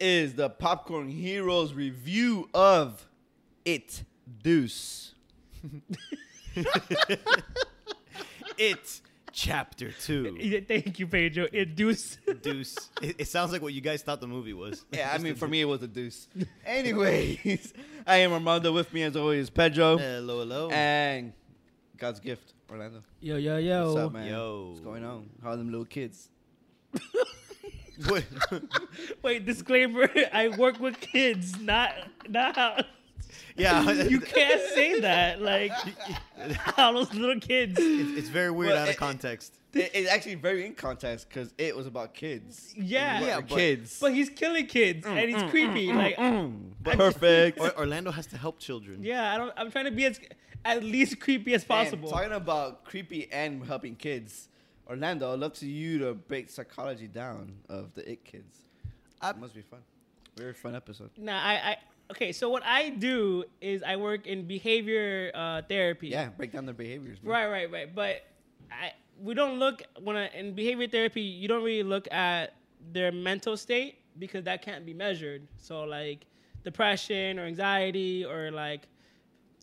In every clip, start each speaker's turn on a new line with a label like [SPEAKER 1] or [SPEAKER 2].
[SPEAKER 1] is the Popcorn Heroes review of It Deuce.
[SPEAKER 2] It chapter two.
[SPEAKER 3] Thank you, Pedro. It deuce.
[SPEAKER 2] Deuce. It, it sounds like what you guys thought the movie was.
[SPEAKER 1] Yeah, I mean, for me, it was a deuce. Anyways, I am Armando. With me, as always, Pedro.
[SPEAKER 2] Hello, hello.
[SPEAKER 1] And God's gift, Orlando.
[SPEAKER 3] Yo, yo,
[SPEAKER 1] What's
[SPEAKER 3] yo.
[SPEAKER 1] up, man?
[SPEAKER 2] Yo.
[SPEAKER 1] What's going on? How are them little kids?
[SPEAKER 2] What-
[SPEAKER 3] Wait, disclaimer. I work with kids, not not how
[SPEAKER 2] yeah,
[SPEAKER 3] you can't say that. Like how those little kids.
[SPEAKER 2] It's, it's very weird
[SPEAKER 1] Well,
[SPEAKER 2] out of
[SPEAKER 1] it-
[SPEAKER 2] context.
[SPEAKER 1] It- It's actually very in context because it was about kids.
[SPEAKER 3] Yeah.
[SPEAKER 1] yeah,
[SPEAKER 2] Yeah,
[SPEAKER 1] but,
[SPEAKER 2] but-
[SPEAKER 1] kids.
[SPEAKER 3] But he's killing kids and he's creepy. Like
[SPEAKER 1] Perfect.
[SPEAKER 2] Or, Orlando has to help children.
[SPEAKER 3] yeah, I don't I'm trying to be as at least creepy as
[SPEAKER 1] Man,
[SPEAKER 3] possible.
[SPEAKER 1] talking about creepy and helping kids, Orlando, I'd love to you to break psychology down of the It Kids.
[SPEAKER 2] I-
[SPEAKER 1] It must be fun. Very fun episode.
[SPEAKER 3] Nah, I, I okay. So what I do is I work in behavior uh, therapy.
[SPEAKER 1] Yeah, break down their behaviors. Man.
[SPEAKER 3] Right, right, right. But I we don't look when I, in behavior therapy. You don't really look at their mental state because that can't be measured. So like depression or anxiety or like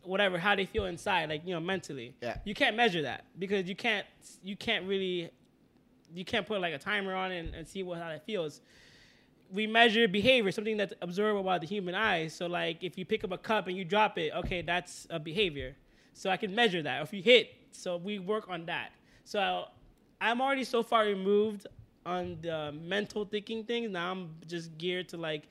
[SPEAKER 3] whatever how they feel inside like you know mentally
[SPEAKER 1] Yeah.
[SPEAKER 3] you can't measure that because you can't you can't really you can't put like a timer on it and, and see what how that feels we measure behavior, something that's observable by the human eye. So like if you pick up a cup and you drop it, okay, that's a behavior. So I can measure that. If you hit, so we work on that. So I'm already so far removed on the mental thinking things. Now I'm just geared to like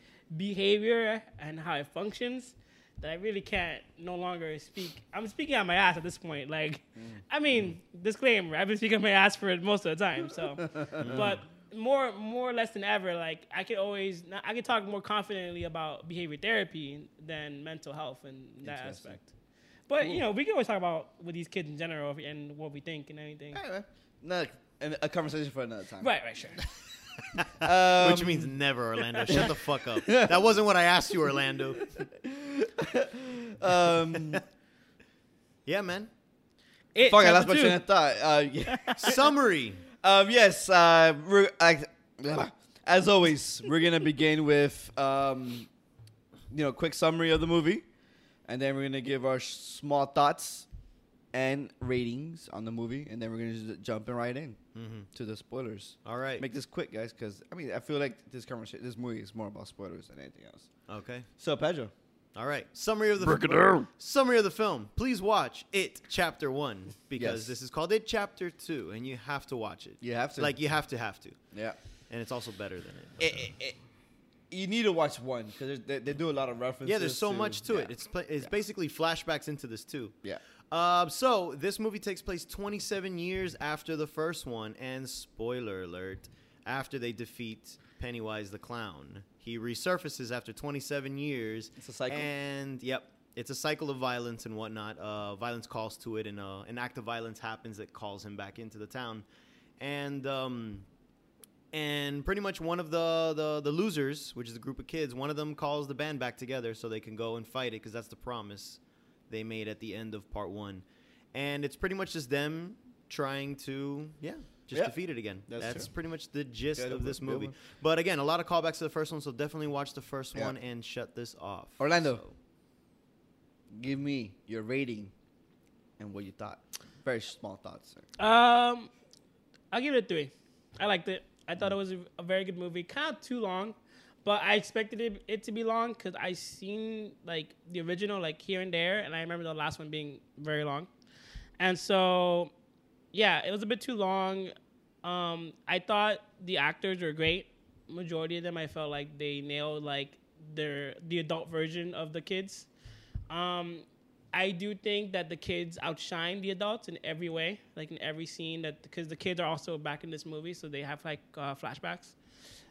[SPEAKER 3] behavior and how it functions that I really can't no longer speak. I'm speaking out my ass at this point. Like, I mean, disclaimer, I've been speaking out my ass for most of the time. So, but more, more or less than ever, like I can always, I can talk more confidently about behavior therapy than mental health and that
[SPEAKER 1] Interesting.
[SPEAKER 3] aspect. But you know, we can always talk about with these kids in general and what we think and everything.
[SPEAKER 1] Anyway, no, and a conversation for another time.
[SPEAKER 3] Right, right, sure.
[SPEAKER 1] Um,
[SPEAKER 2] Which means never, Orlando. Shut the fuck up. That wasn't what I asked you, Orlando.
[SPEAKER 1] um,
[SPEAKER 2] Yeah, man.
[SPEAKER 3] It,
[SPEAKER 1] fuck, I
[SPEAKER 3] chapter
[SPEAKER 1] lost my
[SPEAKER 3] two.
[SPEAKER 1] train of thought. Uh, yeah.
[SPEAKER 2] Summary.
[SPEAKER 1] Um, yes, uh, we're, I, as always, we're gonna begin with um, you know quick summary of the movie, and then we're gonna give our sh- small thoughts and ratings on the movie, and then we're gonna just jump in right in to the spoilers.
[SPEAKER 2] All right.
[SPEAKER 1] Make this quick, guys, because I mean I feel like this conversation, this movie is more about spoilers than anything else.
[SPEAKER 2] Okay.
[SPEAKER 1] So Pedro,
[SPEAKER 2] All right. Summary of the
[SPEAKER 1] Break it
[SPEAKER 2] film.
[SPEAKER 1] down.
[SPEAKER 2] Summary of the film. Please watch it chapter 1 because
[SPEAKER 1] Yes.
[SPEAKER 2] this is called it chapter 2 and you have to watch it.
[SPEAKER 1] You have to.
[SPEAKER 2] Like you have to have to.
[SPEAKER 1] yeah,
[SPEAKER 2] And it's also better than it.
[SPEAKER 1] it, it, it, Eh, you need to watch one because they, they do a lot of references.
[SPEAKER 2] Yeah, there's so much to it.
[SPEAKER 1] yeah.
[SPEAKER 2] It's pla it's basically flashbacks into this too.
[SPEAKER 1] Yeah.
[SPEAKER 2] Uh, so this movie takes place 27 years after the first one, and spoiler alert: after they defeat Pennywise the clown, he resurfaces after 27 years.
[SPEAKER 1] It's a cycle.
[SPEAKER 2] And yep, it's a cycle of violence and whatnot. Uh, violence calls to it, and uh, an act of violence happens that calls him back into the town, and um, and pretty much one of the, the the losers, which is a group of kids, one of them calls the band back together so they can go and fight it because that's the promise they made at the end of part one, and it's pretty much just them trying to yeah just
[SPEAKER 1] Yeah.
[SPEAKER 2] defeat it again.
[SPEAKER 1] That's
[SPEAKER 2] That's,
[SPEAKER 1] true.
[SPEAKER 2] pretty much the gist
[SPEAKER 1] Good
[SPEAKER 2] of this
[SPEAKER 1] one, good
[SPEAKER 2] movie.
[SPEAKER 1] one.
[SPEAKER 2] But again, a lot of callbacks to the first one, so definitely watch the first
[SPEAKER 1] Yeah.
[SPEAKER 2] one and shut this off.
[SPEAKER 1] Orlando.
[SPEAKER 2] So-
[SPEAKER 1] give me your rating and what you thought. Very small thoughts.
[SPEAKER 3] Um, I'll give it a three. I liked it. I thought it was a, a very good movie. Kind of too long, but I expected it, it to be long because I seen like the original like here and there, and I remember the last one being very long. And so, yeah, it was a bit too long. Um, I thought the actors were great. Majority of them, I felt like they nailed like their the adult version of the kids. Um, I do think that the kids outshine the adults in every way, like in every scene. That because the kids are also back in this movie, so they have like uh, flashbacks,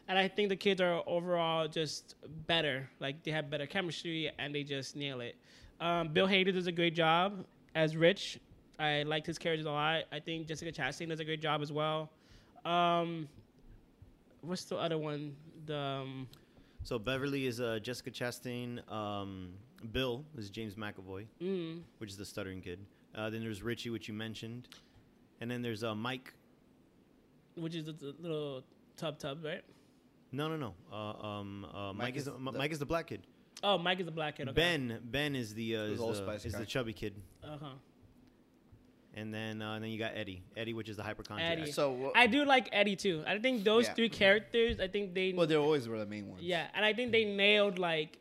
[SPEAKER 3] and I think the kids are overall just better. Like they have better chemistry and they just nail it. Um, Bill Hader does a great job as Rich. I liked his character a lot. I think Jessica Chastain does a great job as well. Um, what's the other one? The um,
[SPEAKER 2] So Beverly is uh, Jessica Chastain. Um, Bill is James McAvoy,
[SPEAKER 3] mm,
[SPEAKER 2] which is the stuttering kid. Uh, then there's Richie, which you mentioned, and then there's uh, Mike.
[SPEAKER 3] which is the, the little tub tub, right?
[SPEAKER 2] No, no, no. Uh, um, uh, Mike, is, the, Mike is the black kid.
[SPEAKER 3] Oh, Mike is the black kid. Okay.
[SPEAKER 2] Ben Ben is the uh,
[SPEAKER 1] was
[SPEAKER 2] is,
[SPEAKER 1] Old
[SPEAKER 2] the,
[SPEAKER 1] Spice
[SPEAKER 2] is the
[SPEAKER 1] guy.
[SPEAKER 2] chubby kid,
[SPEAKER 3] Uh huh.
[SPEAKER 2] and then uh, and then you got Eddie. Eddie, which is the hypochondriac.
[SPEAKER 3] Eddie.
[SPEAKER 1] So wha-
[SPEAKER 3] I do like Eddie too. I think those
[SPEAKER 1] Yeah.
[SPEAKER 3] three characters. I think they.
[SPEAKER 1] Well, they always were the main ones.
[SPEAKER 3] yeah, and I think they nailed like,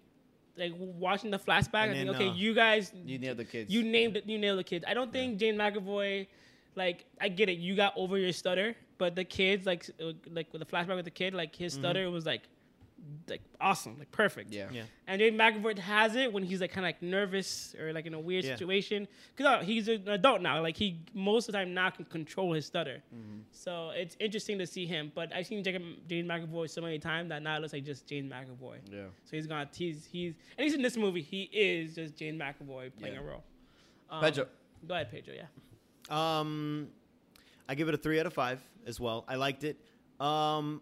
[SPEAKER 3] like watching the flashback. I
[SPEAKER 2] And
[SPEAKER 3] think
[SPEAKER 2] then,
[SPEAKER 3] okay,
[SPEAKER 2] uh,
[SPEAKER 3] you guys,
[SPEAKER 1] You nailed the kids.
[SPEAKER 3] you named it. You nailed the kids. I don't think Jane McAvoy. Like I get it, you got over your stutter, but the kids like uh, like with the flashback with the kid, like his stutter was like, like awesome, like perfect.
[SPEAKER 1] Mm-hmm. Yeah.
[SPEAKER 2] Yeah.
[SPEAKER 3] And Jane McAvoy has it when he's like kind of like nervous or like in a weird
[SPEAKER 2] Yeah.
[SPEAKER 3] situation. Because he's an adult now. Like he most of the time now can control his stutter.
[SPEAKER 1] Mm-hmm.
[SPEAKER 3] So it's interesting to see him. But I've seen Jacob, Jane McAvoy so many times that now it looks like just Jane McAvoy.
[SPEAKER 1] Yeah.
[SPEAKER 3] So he's gonna tease. He's at least in this movie he is just Jane McAvoy playing
[SPEAKER 1] Yeah.
[SPEAKER 3] a role. Um,
[SPEAKER 1] Pedro.
[SPEAKER 3] Go ahead, Pedro. Yeah.
[SPEAKER 2] Um, I give it a three out of five as well. I liked it. Um,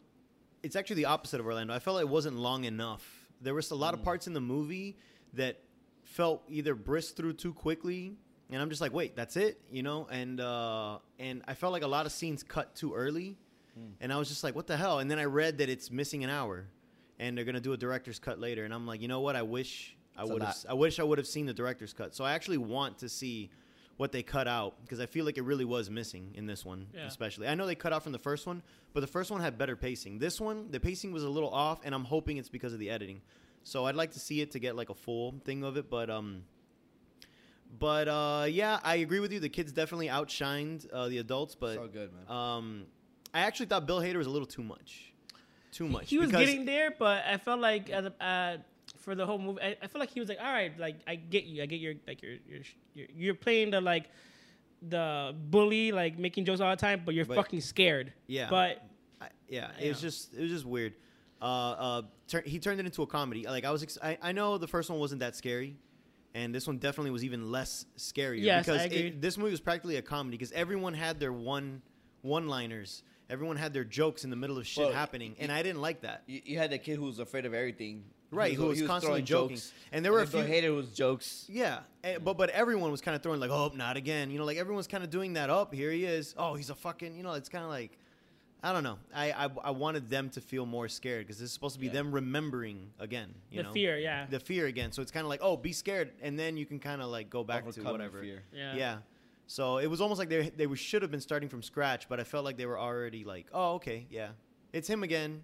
[SPEAKER 2] it's actually the opposite of Orlando. I felt it wasn't long enough. There was a lot
[SPEAKER 1] Mm.
[SPEAKER 2] of parts in the movie that felt either brisked through too quickly, and I'm just like, wait, that's it, you know? And uh, and I felt like a lot of scenes cut too early,
[SPEAKER 1] Mm.
[SPEAKER 2] and I was just like, what the hell? And then I read that it's missing an hour, and they're gonna do a director's cut later, and I'm like, you know what? I wish I
[SPEAKER 1] It's a
[SPEAKER 2] would have.
[SPEAKER 1] lot.
[SPEAKER 2] I wish I would have seen the director's cut. So I actually want to see what they cut out because I feel like it really was missing in this one,
[SPEAKER 3] Yeah.
[SPEAKER 2] especially. I know they cut out from the first one, but the first one had better pacing. This one, the pacing was a little off, and I'm hoping it's because of the editing. So I'd like to see it to get like a full thing of it, but um, but uh, yeah, I agree with you. The kids definitely outshined uh, the adults, but
[SPEAKER 1] It's all good, man.
[SPEAKER 2] um, I actually thought Bill Hader was a little too much, too much.
[SPEAKER 3] He was
[SPEAKER 2] because-
[SPEAKER 3] getting there, but I felt like as a, uh, for the whole movie, I, I felt like he was like, all right, like I get you, I get your like your your sh- your- you're playing the like the bully, like making jokes all the time, but you're
[SPEAKER 2] But-
[SPEAKER 3] fucking scared.
[SPEAKER 2] Yeah.
[SPEAKER 3] But
[SPEAKER 2] I, yeah, it was
[SPEAKER 3] Yeah.
[SPEAKER 2] just it was just weird. Uh, uh, tur- he turned it into a comedy. Like I was, ex- I, I know the first one wasn't that scary, and this one definitely was even less scary.
[SPEAKER 3] Yes, I
[SPEAKER 2] because
[SPEAKER 3] agree.
[SPEAKER 2] It, this movie was practically a comedy because everyone had their one one liners. Everyone had their jokes in the middle of shit
[SPEAKER 1] Well,
[SPEAKER 2] happening, and I didn't like that.
[SPEAKER 1] you, you had the kid who was afraid of everything.
[SPEAKER 2] Right, who was constantly
[SPEAKER 1] throwing
[SPEAKER 2] joking. And there were a
[SPEAKER 1] then
[SPEAKER 2] few-
[SPEAKER 1] Bill Hader was jokes.
[SPEAKER 2] Yeah, eh, but but everyone was kind of throwing like, oh, not again. You know, like everyone's kind of doing that. Up here he is. Oh, he's a fucking. You know, it's kind of like, I don't know. I I, I wanted them to feel more scared because this is supposed to be
[SPEAKER 1] Yeah.
[SPEAKER 2] them remembering again. You
[SPEAKER 3] the
[SPEAKER 2] know?
[SPEAKER 3] fear, yeah,
[SPEAKER 2] the fear again. So it's kind of like, oh, be scared, and then you can kind of like go back
[SPEAKER 1] Overcome
[SPEAKER 2] to
[SPEAKER 1] the
[SPEAKER 2] whatever.
[SPEAKER 1] fear.
[SPEAKER 3] yeah,
[SPEAKER 2] Yeah. So it was almost like they they were- should have been starting from scratch, but I felt like they were already like, oh, okay, yeah, it's him again.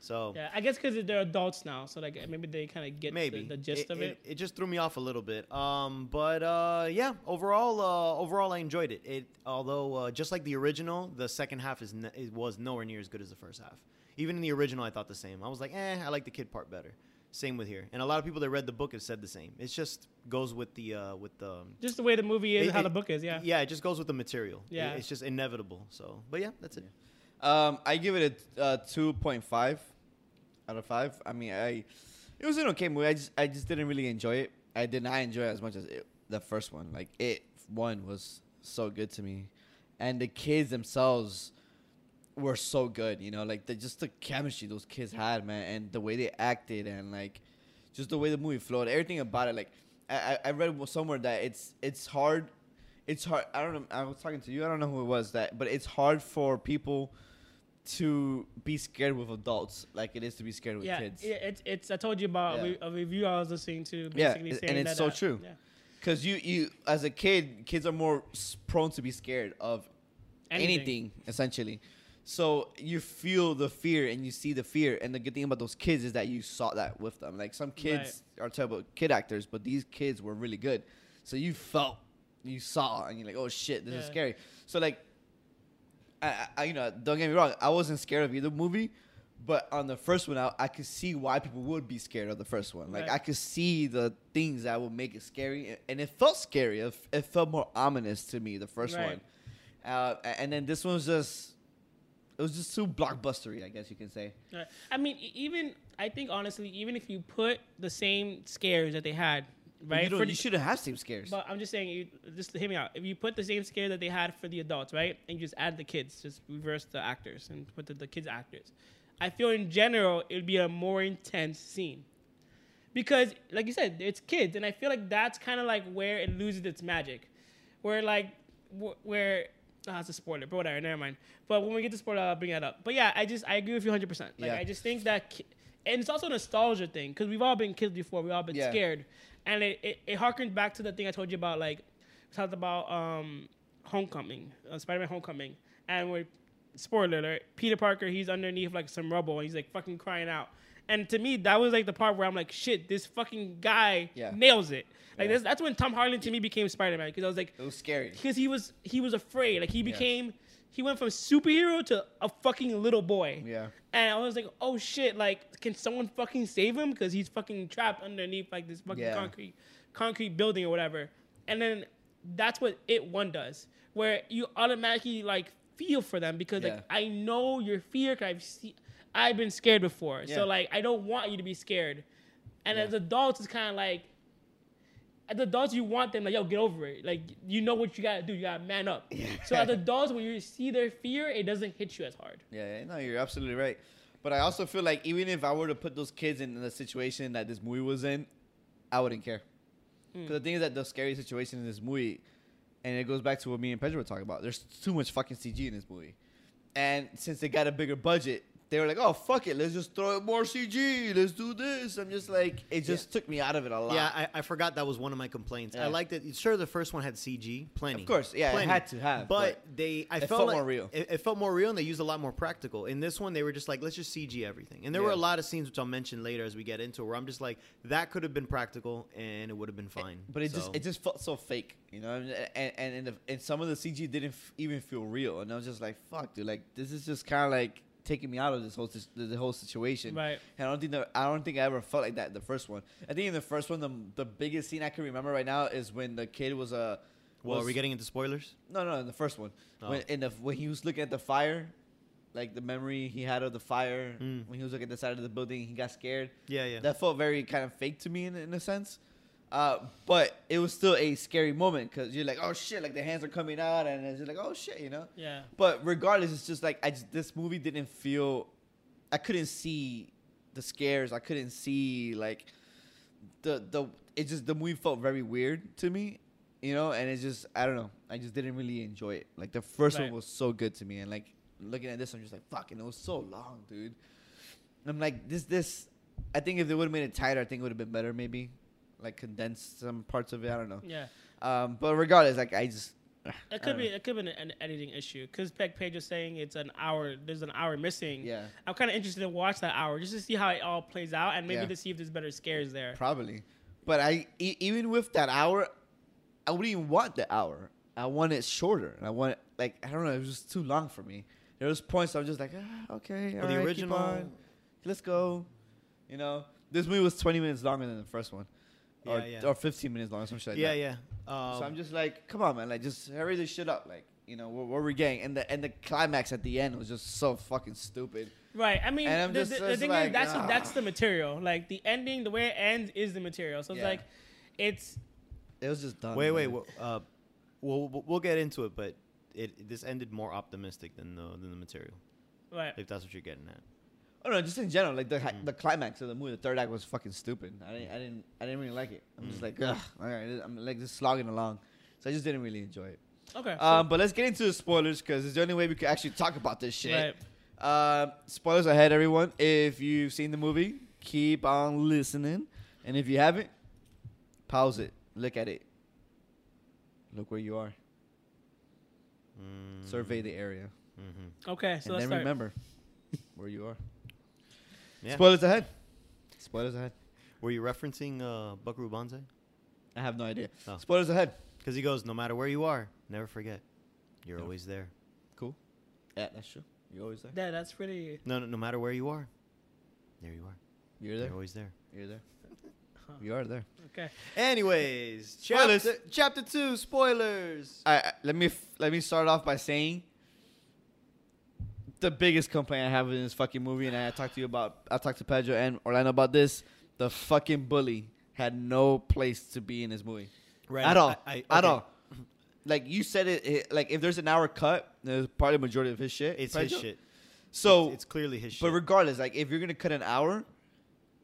[SPEAKER 2] So
[SPEAKER 3] Yeah, I guess because they're adults now, so like maybe they kind of get the-
[SPEAKER 2] maybe
[SPEAKER 3] the, gist of it.
[SPEAKER 2] it. just threw me off a little bit. Um, but uh, yeah, overall, uh, overall, I enjoyed it. It although uh, just like the original, the second half is n it was nowhere near as good as the first half. Even in the original, I thought the same. I was like, eh, I like the kid part better. Same with here, and a lot of people that read the book have said the same. It just goes with the uh, with the
[SPEAKER 3] Just the way the movie is,
[SPEAKER 2] It-
[SPEAKER 3] how
[SPEAKER 2] it-
[SPEAKER 3] the book is, yeah.
[SPEAKER 2] yeah. It just goes with the material. It-
[SPEAKER 3] Yeah.
[SPEAKER 2] it's just inevitable. So, but yeah, that's it.
[SPEAKER 1] Um, I give it a uh, two point five out of five. I mean, I it was an okay movie. I just I just didn't really enjoy it. I did not enjoy it as much as it, the first one. Like it one was so good to me, and the kids themselves were so good. You know, like the just the chemistry those kids had, man, and the way they acted, and like just the way the movie flowed, everything about it. Like I, I I read somewhere that it's it's hard, it's hard. I don't know. I was talking to you. I don't know who it was that, but it's hard for people to be scared with adults like it is to be scared with
[SPEAKER 3] yeah,
[SPEAKER 1] kids.
[SPEAKER 3] yeah, it's it's. I told you about a
[SPEAKER 1] Yeah.
[SPEAKER 3] re- a review I was listening to,
[SPEAKER 1] Yeah,
[SPEAKER 3] basically
[SPEAKER 1] and
[SPEAKER 3] saying
[SPEAKER 1] it's
[SPEAKER 3] that,
[SPEAKER 1] so
[SPEAKER 3] uh,
[SPEAKER 1] true.
[SPEAKER 3] yeah.
[SPEAKER 1] Because you, you, as a kid, kids are more s- prone to be scared of anything,
[SPEAKER 3] Anything.
[SPEAKER 1] essentially. So you feel the fear and you see the fear. And the good thing about those kids is that you saw that with them. Like some kids are terrible kid actors, but these kids were really good. So you felt, you saw, and you're like, oh shit, this is
[SPEAKER 3] Yeah.
[SPEAKER 1] scary. So like, I, I- I, you know, don't get me wrong, I wasn't scared of either movie, but on the first one, I, I could see why people would be scared of the first one. Like
[SPEAKER 3] Right.
[SPEAKER 1] I could see the things that would make it scary, a- and it felt scary. It, f- it felt more ominous to me the first
[SPEAKER 3] Right.
[SPEAKER 1] one, uh, a- and then this one was just, it was just too blockbustery, I guess you can say.
[SPEAKER 3] Right. I mean, e- even I think honestly, even if you put the same scares that they had, right?
[SPEAKER 1] You, don't-
[SPEAKER 3] for
[SPEAKER 1] you
[SPEAKER 3] the-
[SPEAKER 1] shouldn't have same scares.
[SPEAKER 3] but I'm just saying, you just hear me out. If you put the same scare that they had for the adults, right, and you just add the kids, just reverse the actors and put the, the kids actors, I feel in general it would be a more intense scene. Because, like you said, it's kids, and I feel like that's kind of like where it loses its magic, where like wh- where Oh, that's a spoiler, but whatever. Never mind. But when we get to spoiler, I'll bring that up. But yeah, I just I agree with you 100. percent Like
[SPEAKER 1] Yeah.
[SPEAKER 3] I just think that, ki- and it's also a nostalgia thing because we've all been kids before. We've all been
[SPEAKER 1] Yeah.
[SPEAKER 3] scared, and it, it it harkened back to the thing I told you about. Like we talked about um, Homecoming, uh, Spider-Man Homecoming, and we're spoiler alert. Peter Parker, he's underneath like some rubble, and he's like fucking crying out. And to me, that was like the part where I'm like, shit, this fucking guy
[SPEAKER 1] Yeah.
[SPEAKER 3] nails it. Like
[SPEAKER 1] Yeah.
[SPEAKER 3] that's, that's when Tom Harlan to me became Spider-Man because I was like,
[SPEAKER 1] It was scary.
[SPEAKER 3] because he was he was afraid. Like he became he went from superhero to a fucking little boy.
[SPEAKER 1] Yeah.
[SPEAKER 3] And I was like, oh shit! Like, can someone fucking save him? Because he's fucking trapped underneath like this fucking
[SPEAKER 1] Yeah.
[SPEAKER 3] concrete concrete building or whatever. And then that's what it one does, where you automatically like feel for them because
[SPEAKER 1] Yeah.
[SPEAKER 3] like I know your fear. Cause I've seen, I've been scared before.
[SPEAKER 1] Yeah.
[SPEAKER 3] So like I don't want you to be scared. And
[SPEAKER 1] Yeah.
[SPEAKER 3] as adults, it's kind of like as adults, you want them like, yo, get over it. Like, you know what you gotta do. You gotta man up. So as adults, when you see their fear, it doesn't hit you as hard.
[SPEAKER 1] Yeah, yeah, no, you're absolutely right. But I also feel like even if I were to put those kids in the situation that this movie was in, I wouldn't care. Because the thing is that the scary situation in this movie, and it goes back to what me and Pedro were talking about. There's too much fucking CG in this movie, and since they got a bigger budget, they were like, "Oh fuck it, let's just throw in more CG. Let's do this." I'm just like, it just took me out of it a lot.
[SPEAKER 2] Yeah, I, I forgot that was one of my complaints.
[SPEAKER 1] Yeah.
[SPEAKER 2] I liked it. Sure, the first one had CG, plenty.
[SPEAKER 1] Of course, yeah, it
[SPEAKER 2] plenty.
[SPEAKER 1] had to have,
[SPEAKER 2] But, they, I
[SPEAKER 1] it
[SPEAKER 2] felt,
[SPEAKER 1] felt
[SPEAKER 2] like-
[SPEAKER 1] more real.
[SPEAKER 2] It, it felt more real, and they used a lot more practical. In this one, they were just like, let's just CG everything. And there were
[SPEAKER 1] Yeah.
[SPEAKER 2] a lot of scenes which I'll mention later as we get into, it, where I'm just like, that could have been practical, and it would have been fine.
[SPEAKER 1] But it
[SPEAKER 2] So-
[SPEAKER 1] just it just felt so fake, you know. And and and, and, the, and some of the CG didn't f- even feel real, and I was just like, "Fuck, dude! Like this is just kind of like taking me out of this whole sis- the, the whole situation."
[SPEAKER 3] Right.
[SPEAKER 1] And I don't think that I don't think I ever felt like that in the first one. I think in the first one, the the biggest scene I can remember right now is when the kid was a.
[SPEAKER 2] well, are
[SPEAKER 1] was-
[SPEAKER 2] we getting into spoilers?
[SPEAKER 1] No, no, in the first one,
[SPEAKER 2] Oh.
[SPEAKER 1] when in the when he was looking at the fire, like the memory he had of the fire
[SPEAKER 2] Hmm.
[SPEAKER 1] when he was looking at the side of the building, he got scared
[SPEAKER 2] Yeah, yeah.
[SPEAKER 1] that felt very kind of fake to me in, in a sense. Uh, but it was still a scary moment because you're like, oh shit, like the hands are coming out, and it's just like, oh shit, you know.
[SPEAKER 3] Yeah.
[SPEAKER 1] But regardless, it's just like I just, this movie didn't feel. I couldn't see the scares. I couldn't see like the the. It just the movie felt very weird to me, you know. And it's just I don't know. I just didn't really enjoy it. Like the first
[SPEAKER 3] Right.
[SPEAKER 1] one was so good to me, and like looking at this, I'm just like fucking. It was so long, dude. And I'm like this this. I think if they would have made it tighter, I think it would have been better. Maybe like condensed some parts of it. I don't know.
[SPEAKER 3] Yeah.
[SPEAKER 1] Um, but regardless, like I just. I
[SPEAKER 3] It could
[SPEAKER 1] don't
[SPEAKER 3] be
[SPEAKER 1] know.
[SPEAKER 3] it could be an, an editing issue because Peck Page is saying it's an hour. There's an hour missing.
[SPEAKER 1] Yeah.
[SPEAKER 3] I'm kind of interested to watch that hour just to see how it all plays out and maybe
[SPEAKER 1] Yeah.
[SPEAKER 3] to see if there's better scares there.
[SPEAKER 1] Probably. But I e- even with that hour, I wouldn't even want the hour. I want it shorter. I want it, like I don't know. It was just too long for me. There was points I was just like, ah, okay,
[SPEAKER 2] Well,
[SPEAKER 1] all
[SPEAKER 2] the
[SPEAKER 1] right,
[SPEAKER 2] original-
[SPEAKER 1] keep on. let's go. You know, this movie was 20 minutes longer than the first one, or,
[SPEAKER 2] Yeah, yeah.
[SPEAKER 1] or 15 minutes long, some shit like
[SPEAKER 2] yeah,
[SPEAKER 1] that.
[SPEAKER 2] yeah. Um,
[SPEAKER 1] So I'm just like, come on, man, like just hurry this shit up, like you know, what, what we're getting, and the and the climax at the end was just so fucking stupid.
[SPEAKER 3] Right. I mean,
[SPEAKER 1] And I'm
[SPEAKER 3] the,
[SPEAKER 1] just-
[SPEAKER 3] the- the
[SPEAKER 1] just
[SPEAKER 3] thing
[SPEAKER 1] like,
[SPEAKER 3] is that's
[SPEAKER 1] ah.
[SPEAKER 3] that's the material. Like the ending, the way it ends is the material. So it's
[SPEAKER 1] Yeah.
[SPEAKER 3] like, it's
[SPEAKER 1] It was just dumb.
[SPEAKER 2] wait, wait.
[SPEAKER 1] man.
[SPEAKER 2] Well, uh, we'll, we'll- we'll get into it, but it this ended more optimistic than the than the material,
[SPEAKER 3] right.
[SPEAKER 2] if that's what you're getting at.
[SPEAKER 1] Oh no, just in general, like the hi-
[SPEAKER 2] Mm.
[SPEAKER 1] the climax of the movie, the third act was fucking stupid. I didn't, I didn't, I didn't really like it. I'm
[SPEAKER 2] Mm.
[SPEAKER 1] just like, ugh, all right, I'm like just slogging along, so I just didn't really enjoy it.
[SPEAKER 3] Okay. so-
[SPEAKER 1] Um, but let's get into the spoilers because it's the only way we could actually talk about this shit.
[SPEAKER 3] Right.
[SPEAKER 1] Um, spoilers ahead, everyone. If you've seen the movie, keep on listening, and if you haven't, pause it, look at it, look where you are,
[SPEAKER 2] Mm,
[SPEAKER 1] survey the area,
[SPEAKER 2] mhm.
[SPEAKER 3] okay. So
[SPEAKER 1] and
[SPEAKER 3] let's
[SPEAKER 1] then
[SPEAKER 3] start.
[SPEAKER 1] remember where you are.
[SPEAKER 2] Yeah.
[SPEAKER 1] Spoilers ahead. Spoilers ahead.
[SPEAKER 2] Were you referencing uh, Buckaroo Banzai?
[SPEAKER 1] I have no idea.
[SPEAKER 2] Oh.
[SPEAKER 1] Spoilers ahead.
[SPEAKER 2] Because he goes, no matter where you are, never forget, you're always there.
[SPEAKER 1] Cool. Yeah, Eh, that's true. You're always there.
[SPEAKER 3] Yeah, that's pretty.
[SPEAKER 2] No, no, no matter where you are, there you are.
[SPEAKER 1] You're there.
[SPEAKER 2] You're always there.
[SPEAKER 1] You're there.
[SPEAKER 3] Huh.
[SPEAKER 1] You are there.
[SPEAKER 3] Okay.
[SPEAKER 2] Anyways,
[SPEAKER 1] Spoilers.
[SPEAKER 2] chapter chapter two spoilers.
[SPEAKER 1] I, I- let me f- let me start off by saying the biggest complaint I have in this fucking movie, and I talked to you about. I talked to Pedro and Orlando about this. The fucking bully had no place to be in this movie
[SPEAKER 2] Right,
[SPEAKER 1] at
[SPEAKER 2] I-
[SPEAKER 1] all.
[SPEAKER 2] I-
[SPEAKER 1] At
[SPEAKER 2] okay.
[SPEAKER 1] all. Like you said it, it- Like if there's an hour cut, there's probably majority of his shit.
[SPEAKER 2] It's his
[SPEAKER 1] Pedro.
[SPEAKER 2] shit.
[SPEAKER 1] So
[SPEAKER 2] it's, it's clearly his
[SPEAKER 1] But
[SPEAKER 2] shit.
[SPEAKER 1] regardless, like if you're gonna cut an hour,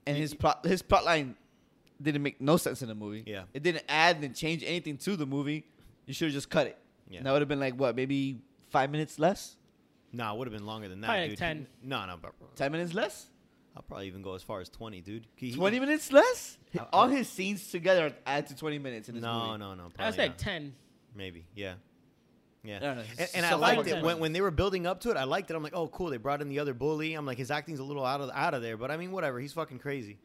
[SPEAKER 1] and his plot his plot line didn't make no sense in the movie.
[SPEAKER 2] Yeah.
[SPEAKER 1] it didn't add and change anything to the movie. You should have just cut it.
[SPEAKER 2] Yeah.
[SPEAKER 1] And that would have been like what maybe five minutes less?
[SPEAKER 2] Nah, it would have been longer than that,
[SPEAKER 3] Probably like
[SPEAKER 2] dude.
[SPEAKER 3] 10.
[SPEAKER 2] No, no, but
[SPEAKER 1] Ten minutes less?
[SPEAKER 2] I'll probably even go as far as twenty, dude. He- he-
[SPEAKER 1] Twenty minutes less?
[SPEAKER 2] I-
[SPEAKER 1] All his scenes together add to twenty minutes in this
[SPEAKER 2] No,
[SPEAKER 1] movie.
[SPEAKER 2] no, no.
[SPEAKER 3] I was
[SPEAKER 2] probably
[SPEAKER 3] like
[SPEAKER 2] not.
[SPEAKER 3] ten.
[SPEAKER 2] Maybe, yeah. Yeah.
[SPEAKER 1] I don't know,
[SPEAKER 2] and and I
[SPEAKER 1] something
[SPEAKER 2] liked
[SPEAKER 3] like
[SPEAKER 2] it
[SPEAKER 3] that.
[SPEAKER 2] when, when they were building up to it. I liked it. I'm like, oh, cool. They brought in the other bully. I'm like, his acting's a little out of out of there, but I mean, whatever. He's fucking crazy.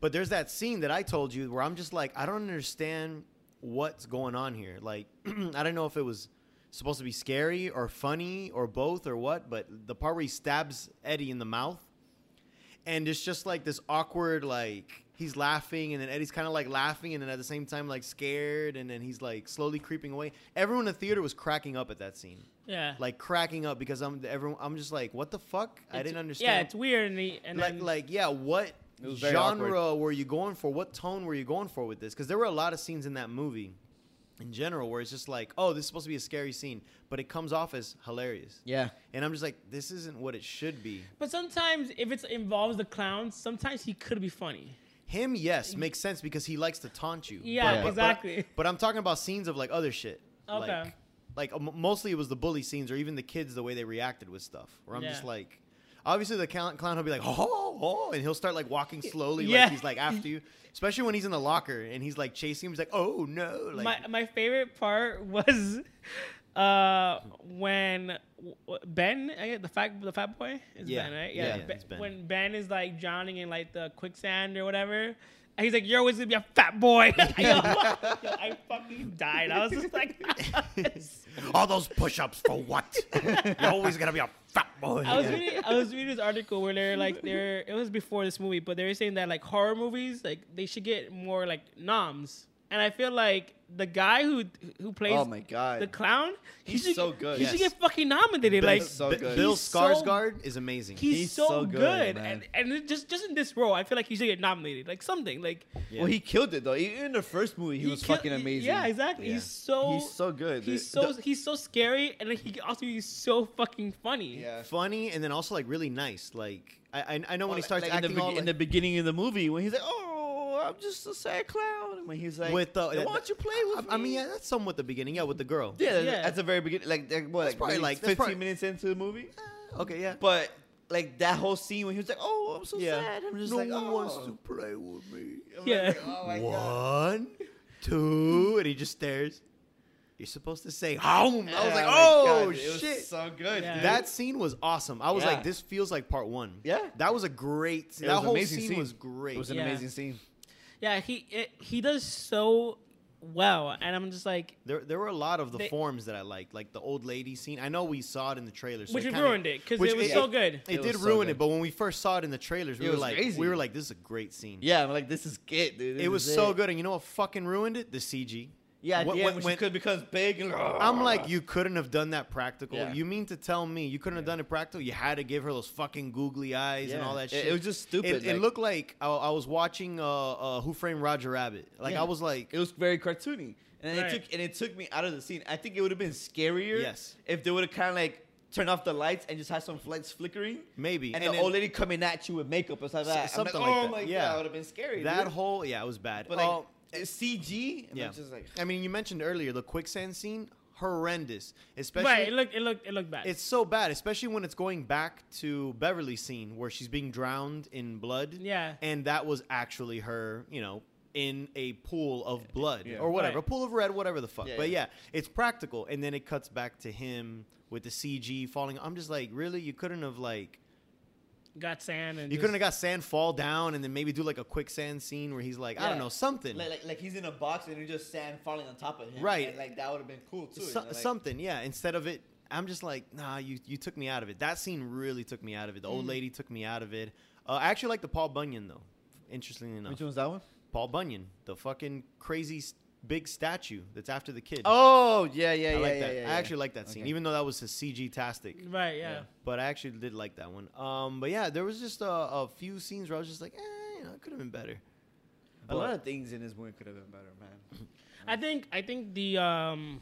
[SPEAKER 2] But there's that scene that I told you where I'm just like, I don't understand what's going on here. Like, I don't know if it was supposed to be scary or funny or both or what, but the part where he stabs Eddie in the mouth, and it's just like this awkward like he's laughing and then eddie's kind of like laughing and then at the same time like scared and then he's like slowly creeping away everyone in the theater was cracking up at that scene
[SPEAKER 3] Yeah.
[SPEAKER 2] like cracking up because i'm everyone i'm just like what the fuck i
[SPEAKER 3] It's-
[SPEAKER 2] didn't
[SPEAKER 3] Yeah,
[SPEAKER 2] understand
[SPEAKER 3] it's weird. And, he, and
[SPEAKER 2] like
[SPEAKER 3] then,
[SPEAKER 2] like yeah what
[SPEAKER 1] It was very
[SPEAKER 2] genre were you going for what tone were you going for with this because there were a lot of scenes in that movie in general where it's just like oh this is supposed to be a scary scene but it comes off as hilarious
[SPEAKER 1] Yeah.
[SPEAKER 2] and i'm just like this isn't what it should be
[SPEAKER 3] but sometimes if it involves the clowns, sometimes he could be funny.
[SPEAKER 2] Him, yes, makes sense because he likes to taunt you.
[SPEAKER 3] Yeah,
[SPEAKER 1] but-
[SPEAKER 3] exactly.
[SPEAKER 2] But I'm talking about scenes of like other shit.
[SPEAKER 3] Okay.
[SPEAKER 2] Like, like um, mostly it was the bully scenes or even the kids the way they reacted with stuff. Where I'm just
[SPEAKER 3] Yeah.
[SPEAKER 2] like, obviously the clown, clown will be like, oh, oh, and he'll start like walking slowly
[SPEAKER 3] Yeah.
[SPEAKER 2] like he's like after you. Especially when he's in the locker and he's like chasing him. He's like, oh no, like
[SPEAKER 3] my my favorite part was uh when w- w- Ben, I guess the fat the fat boy is
[SPEAKER 2] Yeah.
[SPEAKER 3] Ben, right?
[SPEAKER 2] Yeah,
[SPEAKER 3] Be-
[SPEAKER 2] yeah, it's Ben.
[SPEAKER 3] When Ben is like drowning in like the quicksand or whatever. And he's like, you're always gonna be a fat boy. yo, yo, I fucking died. I was just like,
[SPEAKER 2] all those push-ups for what? You're always gonna be a fat boy.
[SPEAKER 3] I was reading, I was reading this article where they're like, they're it was before this movie, but they were saying that like horror movies, like they should get more like noms. And I feel like the guy who who plays
[SPEAKER 1] Oh my god.
[SPEAKER 3] the clown. He
[SPEAKER 1] He's
[SPEAKER 3] should,
[SPEAKER 1] so good.
[SPEAKER 3] He should
[SPEAKER 2] Yes.
[SPEAKER 3] get fucking nominated.
[SPEAKER 1] Bill-
[SPEAKER 3] like
[SPEAKER 1] so
[SPEAKER 2] Bi-
[SPEAKER 1] good.
[SPEAKER 2] Bill
[SPEAKER 3] He's so-
[SPEAKER 2] Skarsgård is amazing.
[SPEAKER 3] he's,
[SPEAKER 1] he's
[SPEAKER 3] so,
[SPEAKER 1] so good,
[SPEAKER 3] good,
[SPEAKER 1] man.
[SPEAKER 3] and and it just just in this role, I feel like he should get nominated. Like something. Like
[SPEAKER 2] Yeah.
[SPEAKER 1] Well, he killed it though. E, Even in the first movie, he, was
[SPEAKER 3] kill-
[SPEAKER 1] fucking amazing.
[SPEAKER 3] Yeah, exactly.
[SPEAKER 2] Yeah.
[SPEAKER 3] He's so
[SPEAKER 1] He's so good,
[SPEAKER 3] He's
[SPEAKER 1] dude.
[SPEAKER 3] so he's so scary, and then he also he's so fucking funny.
[SPEAKER 1] Yeah.
[SPEAKER 2] funny and then also like really nice. Like I I, I know when he starts
[SPEAKER 1] Oh, Like, in, the
[SPEAKER 2] acting
[SPEAKER 1] be-
[SPEAKER 2] all,
[SPEAKER 1] in
[SPEAKER 2] like-
[SPEAKER 1] the beginning of the movie when he's like, "Oh, I'm just a sad clown," and when he's like,
[SPEAKER 2] with the,
[SPEAKER 1] "Why don't you play with
[SPEAKER 2] I, I mean,
[SPEAKER 1] me?"
[SPEAKER 2] yeah, that's somewhat the beginning. Yeah, with the girl.
[SPEAKER 1] Yeah,
[SPEAKER 3] Yeah.
[SPEAKER 1] at the very beginning, like they're- what,
[SPEAKER 2] That's
[SPEAKER 1] like,
[SPEAKER 2] probably
[SPEAKER 1] maybe
[SPEAKER 2] like- that's
[SPEAKER 1] fifteen
[SPEAKER 2] probably-
[SPEAKER 1] minutes into the movie.
[SPEAKER 2] Okay, yeah.
[SPEAKER 1] But like that whole scene when he was like, "Oh, I'm so
[SPEAKER 2] yeah.
[SPEAKER 1] sad," I'm just
[SPEAKER 2] no
[SPEAKER 1] like,
[SPEAKER 2] one
[SPEAKER 1] oh.
[SPEAKER 2] wants to play with me.
[SPEAKER 1] I'm
[SPEAKER 3] Yeah.
[SPEAKER 1] like, oh my god.
[SPEAKER 2] One, two, and he just stares. You're supposed to say home. I was like,
[SPEAKER 1] my
[SPEAKER 2] oh
[SPEAKER 1] God, it was
[SPEAKER 2] shit.
[SPEAKER 1] so good.
[SPEAKER 3] Yeah.
[SPEAKER 1] dude.
[SPEAKER 2] that scene was awesome. I was
[SPEAKER 1] Yeah.
[SPEAKER 2] like, this feels like part one.
[SPEAKER 1] Yeah.
[SPEAKER 2] That was a great
[SPEAKER 1] It
[SPEAKER 2] That
[SPEAKER 1] was
[SPEAKER 2] whole
[SPEAKER 1] amazing
[SPEAKER 2] scene,
[SPEAKER 1] scene.
[SPEAKER 2] was great.
[SPEAKER 1] it was an
[SPEAKER 3] Yeah.
[SPEAKER 1] amazing scene.
[SPEAKER 3] Yeah, he it, he does so well, and I'm just like,
[SPEAKER 2] There, there were a lot of the
[SPEAKER 3] They-
[SPEAKER 2] forms that I liked, like the old lady scene. I know we saw it in the trailer, so
[SPEAKER 3] which
[SPEAKER 2] it
[SPEAKER 3] it
[SPEAKER 2] kinda-
[SPEAKER 3] ruined it because
[SPEAKER 2] which
[SPEAKER 3] it was so good.
[SPEAKER 2] It,
[SPEAKER 1] It
[SPEAKER 2] did
[SPEAKER 1] was so
[SPEAKER 2] ruin
[SPEAKER 1] good.
[SPEAKER 2] it, but when we first saw it in the trailers, we
[SPEAKER 1] It
[SPEAKER 2] were
[SPEAKER 1] was
[SPEAKER 2] like,
[SPEAKER 1] crazy.
[SPEAKER 2] we were like, this is a great scene.
[SPEAKER 1] Yeah, I'm like, this is it, dude. This
[SPEAKER 2] it was
[SPEAKER 1] is
[SPEAKER 2] so good, and you know what fucking ruined it? The CG.
[SPEAKER 1] Yeah, at
[SPEAKER 2] When-
[SPEAKER 1] the end
[SPEAKER 2] when-
[SPEAKER 1] when, she
[SPEAKER 2] when-
[SPEAKER 1] could becomes big. And,
[SPEAKER 2] I'm like, you couldn't have done that practical.
[SPEAKER 1] Ah. Yeah.
[SPEAKER 2] You mean to tell me you couldn't have done it practical? You had to give her those fucking googly eyes and
[SPEAKER 1] Yeah.
[SPEAKER 2] all that
[SPEAKER 1] It-
[SPEAKER 2] shit.
[SPEAKER 1] it was just stupid,
[SPEAKER 2] It, it
[SPEAKER 1] like-
[SPEAKER 2] looked like I, I was watching uh, uh, Who Framed Roger Rabbit. Like
[SPEAKER 1] Yeah.
[SPEAKER 2] I was like,
[SPEAKER 1] It was very cartoony, and
[SPEAKER 3] Right.
[SPEAKER 1] it took and it took me out of the scene. I think it would have been scarier.
[SPEAKER 2] Yes.
[SPEAKER 1] If they would have kind of like turned off the lights and just had some lights flickering,
[SPEAKER 2] maybe.
[SPEAKER 1] and, the
[SPEAKER 2] then
[SPEAKER 1] old lady coming at you with makeup or something like that.
[SPEAKER 2] S-
[SPEAKER 1] I'm like,
[SPEAKER 2] something like
[SPEAKER 1] oh
[SPEAKER 2] that.
[SPEAKER 1] my god,
[SPEAKER 2] Yeah.
[SPEAKER 1] that would have been scary.
[SPEAKER 2] that
[SPEAKER 1] dude.
[SPEAKER 2] whole yeah, it was bad.
[SPEAKER 1] but like
[SPEAKER 2] Oh,
[SPEAKER 1] it's CG, and
[SPEAKER 2] yeah.
[SPEAKER 1] I'm just like,
[SPEAKER 2] I mean, you mentioned earlier the quicksand scene, horrendous. Especially
[SPEAKER 3] Right, it looked it looked it looked bad.
[SPEAKER 2] It's so bad, especially when it's going back to Beverly's scene where she's being drowned in blood.
[SPEAKER 3] Yeah.
[SPEAKER 2] And that was actually her, you know, in a pool of blood
[SPEAKER 1] Yeah.
[SPEAKER 2] or whatever,
[SPEAKER 3] Right.
[SPEAKER 2] a pool of red, whatever the fuck.
[SPEAKER 1] Yeah,
[SPEAKER 2] but yeah.
[SPEAKER 1] yeah.
[SPEAKER 2] it's practical. And then it cuts back to him with the CG falling. I'm just like, really? You couldn't have, like,
[SPEAKER 3] got sand and
[SPEAKER 2] you
[SPEAKER 3] just-
[SPEAKER 2] couldn't have got sand fall down and then maybe do like a quicksand scene where he's like, I don't
[SPEAKER 1] Yeah.
[SPEAKER 2] know, something.
[SPEAKER 1] like, like like he's in a box and there's just sand falling on top of him.
[SPEAKER 2] Right.
[SPEAKER 1] and, like that would have been cool too.
[SPEAKER 2] So-
[SPEAKER 1] and, like,
[SPEAKER 2] something, yeah. Instead of it, I'm just like, nah, you you took me out of it. That scene really took me out of it. The
[SPEAKER 1] Mm.
[SPEAKER 2] old lady took me out of it. Uh, I actually like the Paul Bunyan though. Interestingly enough,
[SPEAKER 1] Which one's that one?
[SPEAKER 2] Paul Bunyan, the fucking crazy s- big statue that's after the kid.
[SPEAKER 1] Oh yeah, yeah,
[SPEAKER 2] I
[SPEAKER 1] yeah,
[SPEAKER 2] like
[SPEAKER 1] yeah,
[SPEAKER 2] that.
[SPEAKER 1] yeah,
[SPEAKER 2] I
[SPEAKER 1] yeah.
[SPEAKER 2] actually like that scene,
[SPEAKER 1] Okay.
[SPEAKER 2] even though that was a CG tastic.
[SPEAKER 3] right, yeah.
[SPEAKER 2] But I actually did like that one. Um, but yeah, there was just a, a few scenes where I was just like, eh, you know, it could have been better.
[SPEAKER 1] a lot
[SPEAKER 2] But-
[SPEAKER 1] of things in this movie could have been better, man.
[SPEAKER 3] I think I think the um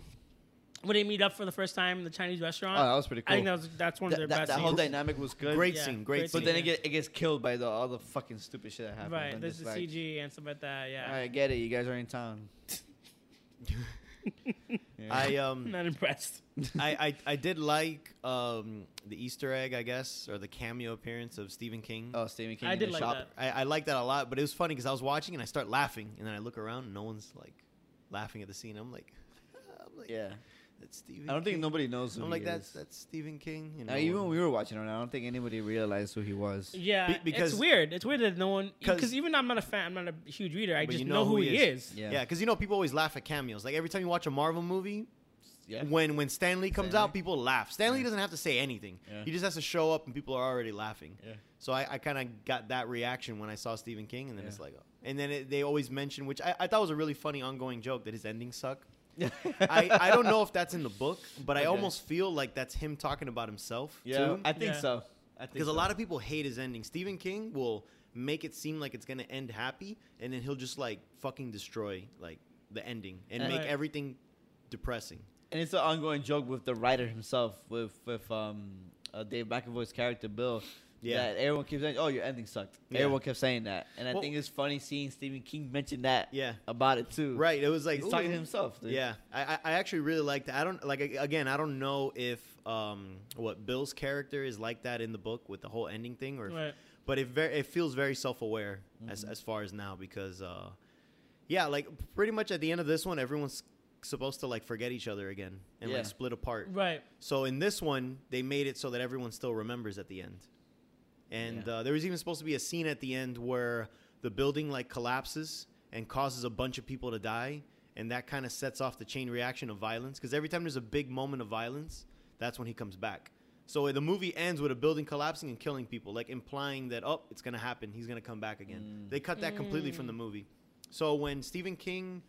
[SPEAKER 3] when they meet up for the first time in the Chinese restaurant.
[SPEAKER 1] Oh, that was pretty
[SPEAKER 3] I think
[SPEAKER 1] cool.
[SPEAKER 3] that was, that's one of
[SPEAKER 1] That,
[SPEAKER 3] their
[SPEAKER 1] that,
[SPEAKER 3] best.
[SPEAKER 1] that whole
[SPEAKER 3] scenes.
[SPEAKER 1] dynamic was good.
[SPEAKER 2] Great
[SPEAKER 3] Yeah,
[SPEAKER 2] scene, great,
[SPEAKER 3] great
[SPEAKER 2] scene.
[SPEAKER 1] But then it, get, it gets killed by the all the fucking stupid shit that happens.
[SPEAKER 3] Right,
[SPEAKER 1] and
[SPEAKER 3] there's
[SPEAKER 1] it's
[SPEAKER 3] the
[SPEAKER 1] like,
[SPEAKER 3] CG and stuff like that. Yeah.
[SPEAKER 1] I get it. You guys are in town. yeah.
[SPEAKER 2] I um
[SPEAKER 3] Not impressed.
[SPEAKER 2] I, I I did like um the Easter egg, I guess, or the cameo appearance of Stephen King.
[SPEAKER 1] Oh, Stephen King.
[SPEAKER 3] I
[SPEAKER 1] in
[SPEAKER 3] did
[SPEAKER 1] the
[SPEAKER 3] like
[SPEAKER 1] shop.
[SPEAKER 3] that.
[SPEAKER 2] I, I like that a lot, but it was funny because I was watching and I start laughing, and then I look around and no one's like laughing at the scene. I'm like, I'm like
[SPEAKER 1] Yeah.
[SPEAKER 2] that's Stephen.
[SPEAKER 1] I don't think
[SPEAKER 2] King."
[SPEAKER 1] nobody knows who
[SPEAKER 2] I'm
[SPEAKER 1] he
[SPEAKER 2] like
[SPEAKER 1] is.
[SPEAKER 2] that's that's Stephen King. You know,
[SPEAKER 1] Now, even when we were watching it, I don't think anybody realized who he was.
[SPEAKER 3] Yeah,
[SPEAKER 2] Be- because-
[SPEAKER 3] it's weird. It's weird that no one
[SPEAKER 2] 'Cause-
[SPEAKER 3] because even I'm not a fan. I'm not a huge reader. I
[SPEAKER 2] But
[SPEAKER 3] just
[SPEAKER 2] you
[SPEAKER 3] know, who, he is.
[SPEAKER 1] Yeah.
[SPEAKER 2] yeah, because you know people always laugh at cameos. Like every time you watch a Marvel movie,
[SPEAKER 1] Yeah.
[SPEAKER 2] when when Stanley comes
[SPEAKER 1] Stan Lee.
[SPEAKER 2] out, people laugh. Stanley doesn't have to say anything.
[SPEAKER 1] Yeah.
[SPEAKER 2] He just has to show up, and people are already laughing.
[SPEAKER 1] Yeah.
[SPEAKER 2] So I, I kind of got that reaction when I saw Stephen King, and then it's
[SPEAKER 1] Yeah.
[SPEAKER 2] like, oh. and then it, they always mention, which I, I thought was a really funny ongoing joke that his endings suck. I, I don't know if that's in the book, but I
[SPEAKER 1] Okay.
[SPEAKER 2] almost feel like that's him talking about himself
[SPEAKER 1] Yeah,
[SPEAKER 2] too,
[SPEAKER 1] I think
[SPEAKER 3] Yeah.
[SPEAKER 1] so.
[SPEAKER 2] because a lot of people hate his ending. Stephen King will make it seem like it's gonna end happy, and then he'll just like fucking destroy like the ending and
[SPEAKER 1] Uh,
[SPEAKER 2] make
[SPEAKER 3] Right.
[SPEAKER 2] everything depressing.
[SPEAKER 1] and it's an ongoing joke with the writer himself, with with um uh, Dave McAvoy's character Bill.
[SPEAKER 2] Yeah.
[SPEAKER 1] that everyone keeps saying, "Oh, your ending sucked."
[SPEAKER 2] Yeah.
[SPEAKER 1] Everyone kept saying that, and I
[SPEAKER 2] Well-
[SPEAKER 1] think it's funny seeing Stephen King mention that.
[SPEAKER 2] Yeah.
[SPEAKER 1] about it too.
[SPEAKER 2] Right? It was like
[SPEAKER 1] he's talking
[SPEAKER 2] ooh.
[SPEAKER 1] to himself. Dude.
[SPEAKER 2] Yeah, I, I- I actually really liked that. I don't like a- again. I don't know if um what Bill's character is like that in the book with the whole ending thing, or if-
[SPEAKER 3] Right.
[SPEAKER 2] but it very it feels very self aware as
[SPEAKER 1] Mm-hmm.
[SPEAKER 2] as far as now because uh yeah like pretty much at the end of this one everyone's supposed to like forget each other again and
[SPEAKER 1] Yeah.
[SPEAKER 2] like split apart.
[SPEAKER 3] Right.
[SPEAKER 2] So in this one they made it so that everyone still remembers at the end, and
[SPEAKER 1] Yeah.
[SPEAKER 2] uh, there was even supposed to be a scene at the end where the building like collapses and causes a bunch of people to die and that kind of sets off the chain reaction of violence because every time there's a big moment of violence that's when he comes back so the movie ends with a building collapsing and killing people like implying that oh it's gonna happen he's gonna come back again they cut that completely from the movie so when stephen king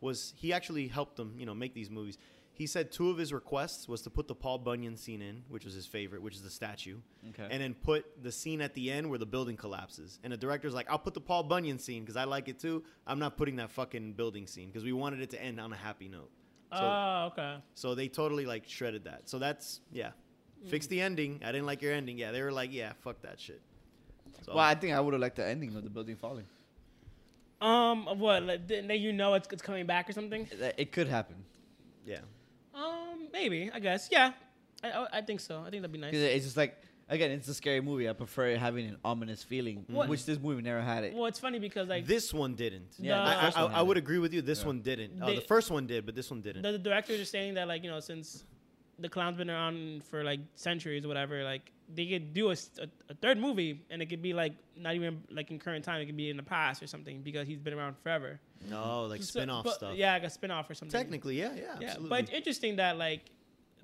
[SPEAKER 2] was he actually helped them you know make these movies he said two of his requests was to put the paul bunyan scene in which was his favorite which is the statue
[SPEAKER 1] Okay.
[SPEAKER 2] and then put the scene at the end where the building collapses. And the director's like, I'll put the Paul Bunyan scene because I like it too. I'm not putting that fucking building scene because we wanted it to end on a happy note. So,
[SPEAKER 3] oh, okay.
[SPEAKER 2] so they totally like shredded that. So that's, yeah. Fix the ending. I didn't like your ending. Yeah, they were like, yeah, fuck that shit. So,
[SPEAKER 1] Well, I think I would have liked the ending of the building falling.
[SPEAKER 3] Um, of what? Like, then then you know it's, it's coming back or something.
[SPEAKER 1] That- It could happen
[SPEAKER 2] yeah.
[SPEAKER 3] Um, maybe. I guess. Yeah. I, I, I think so. I think that'd be nice.
[SPEAKER 1] 'Cause it's just like again, it's a scary movie. I prefer having an ominous feeling,
[SPEAKER 3] What-
[SPEAKER 1] which this movie never had it.
[SPEAKER 3] Well, it's funny because like
[SPEAKER 2] this one didn't.
[SPEAKER 3] Yeah, the
[SPEAKER 2] I, I,
[SPEAKER 1] first one
[SPEAKER 2] I- I would
[SPEAKER 1] didn't.
[SPEAKER 2] agree with you. This
[SPEAKER 1] Yeah.
[SPEAKER 2] one didn't. Uh,
[SPEAKER 3] They-
[SPEAKER 2] the first one did, but this one didn't.
[SPEAKER 3] the, the directors are saying that like you know since the clown's been around for like centuries or whatever, like they could do a, s- a- a third movie and it could be like not even like in current time. It could be in the past or something because he's been around forever.
[SPEAKER 2] no, like
[SPEAKER 3] So-
[SPEAKER 2] spin off
[SPEAKER 3] but-
[SPEAKER 2] stuff.
[SPEAKER 3] Yeah, like a spin off or something.
[SPEAKER 2] Technically, yeah, yeah,
[SPEAKER 3] Yeah,
[SPEAKER 2] absolutely.
[SPEAKER 3] but it's interesting that like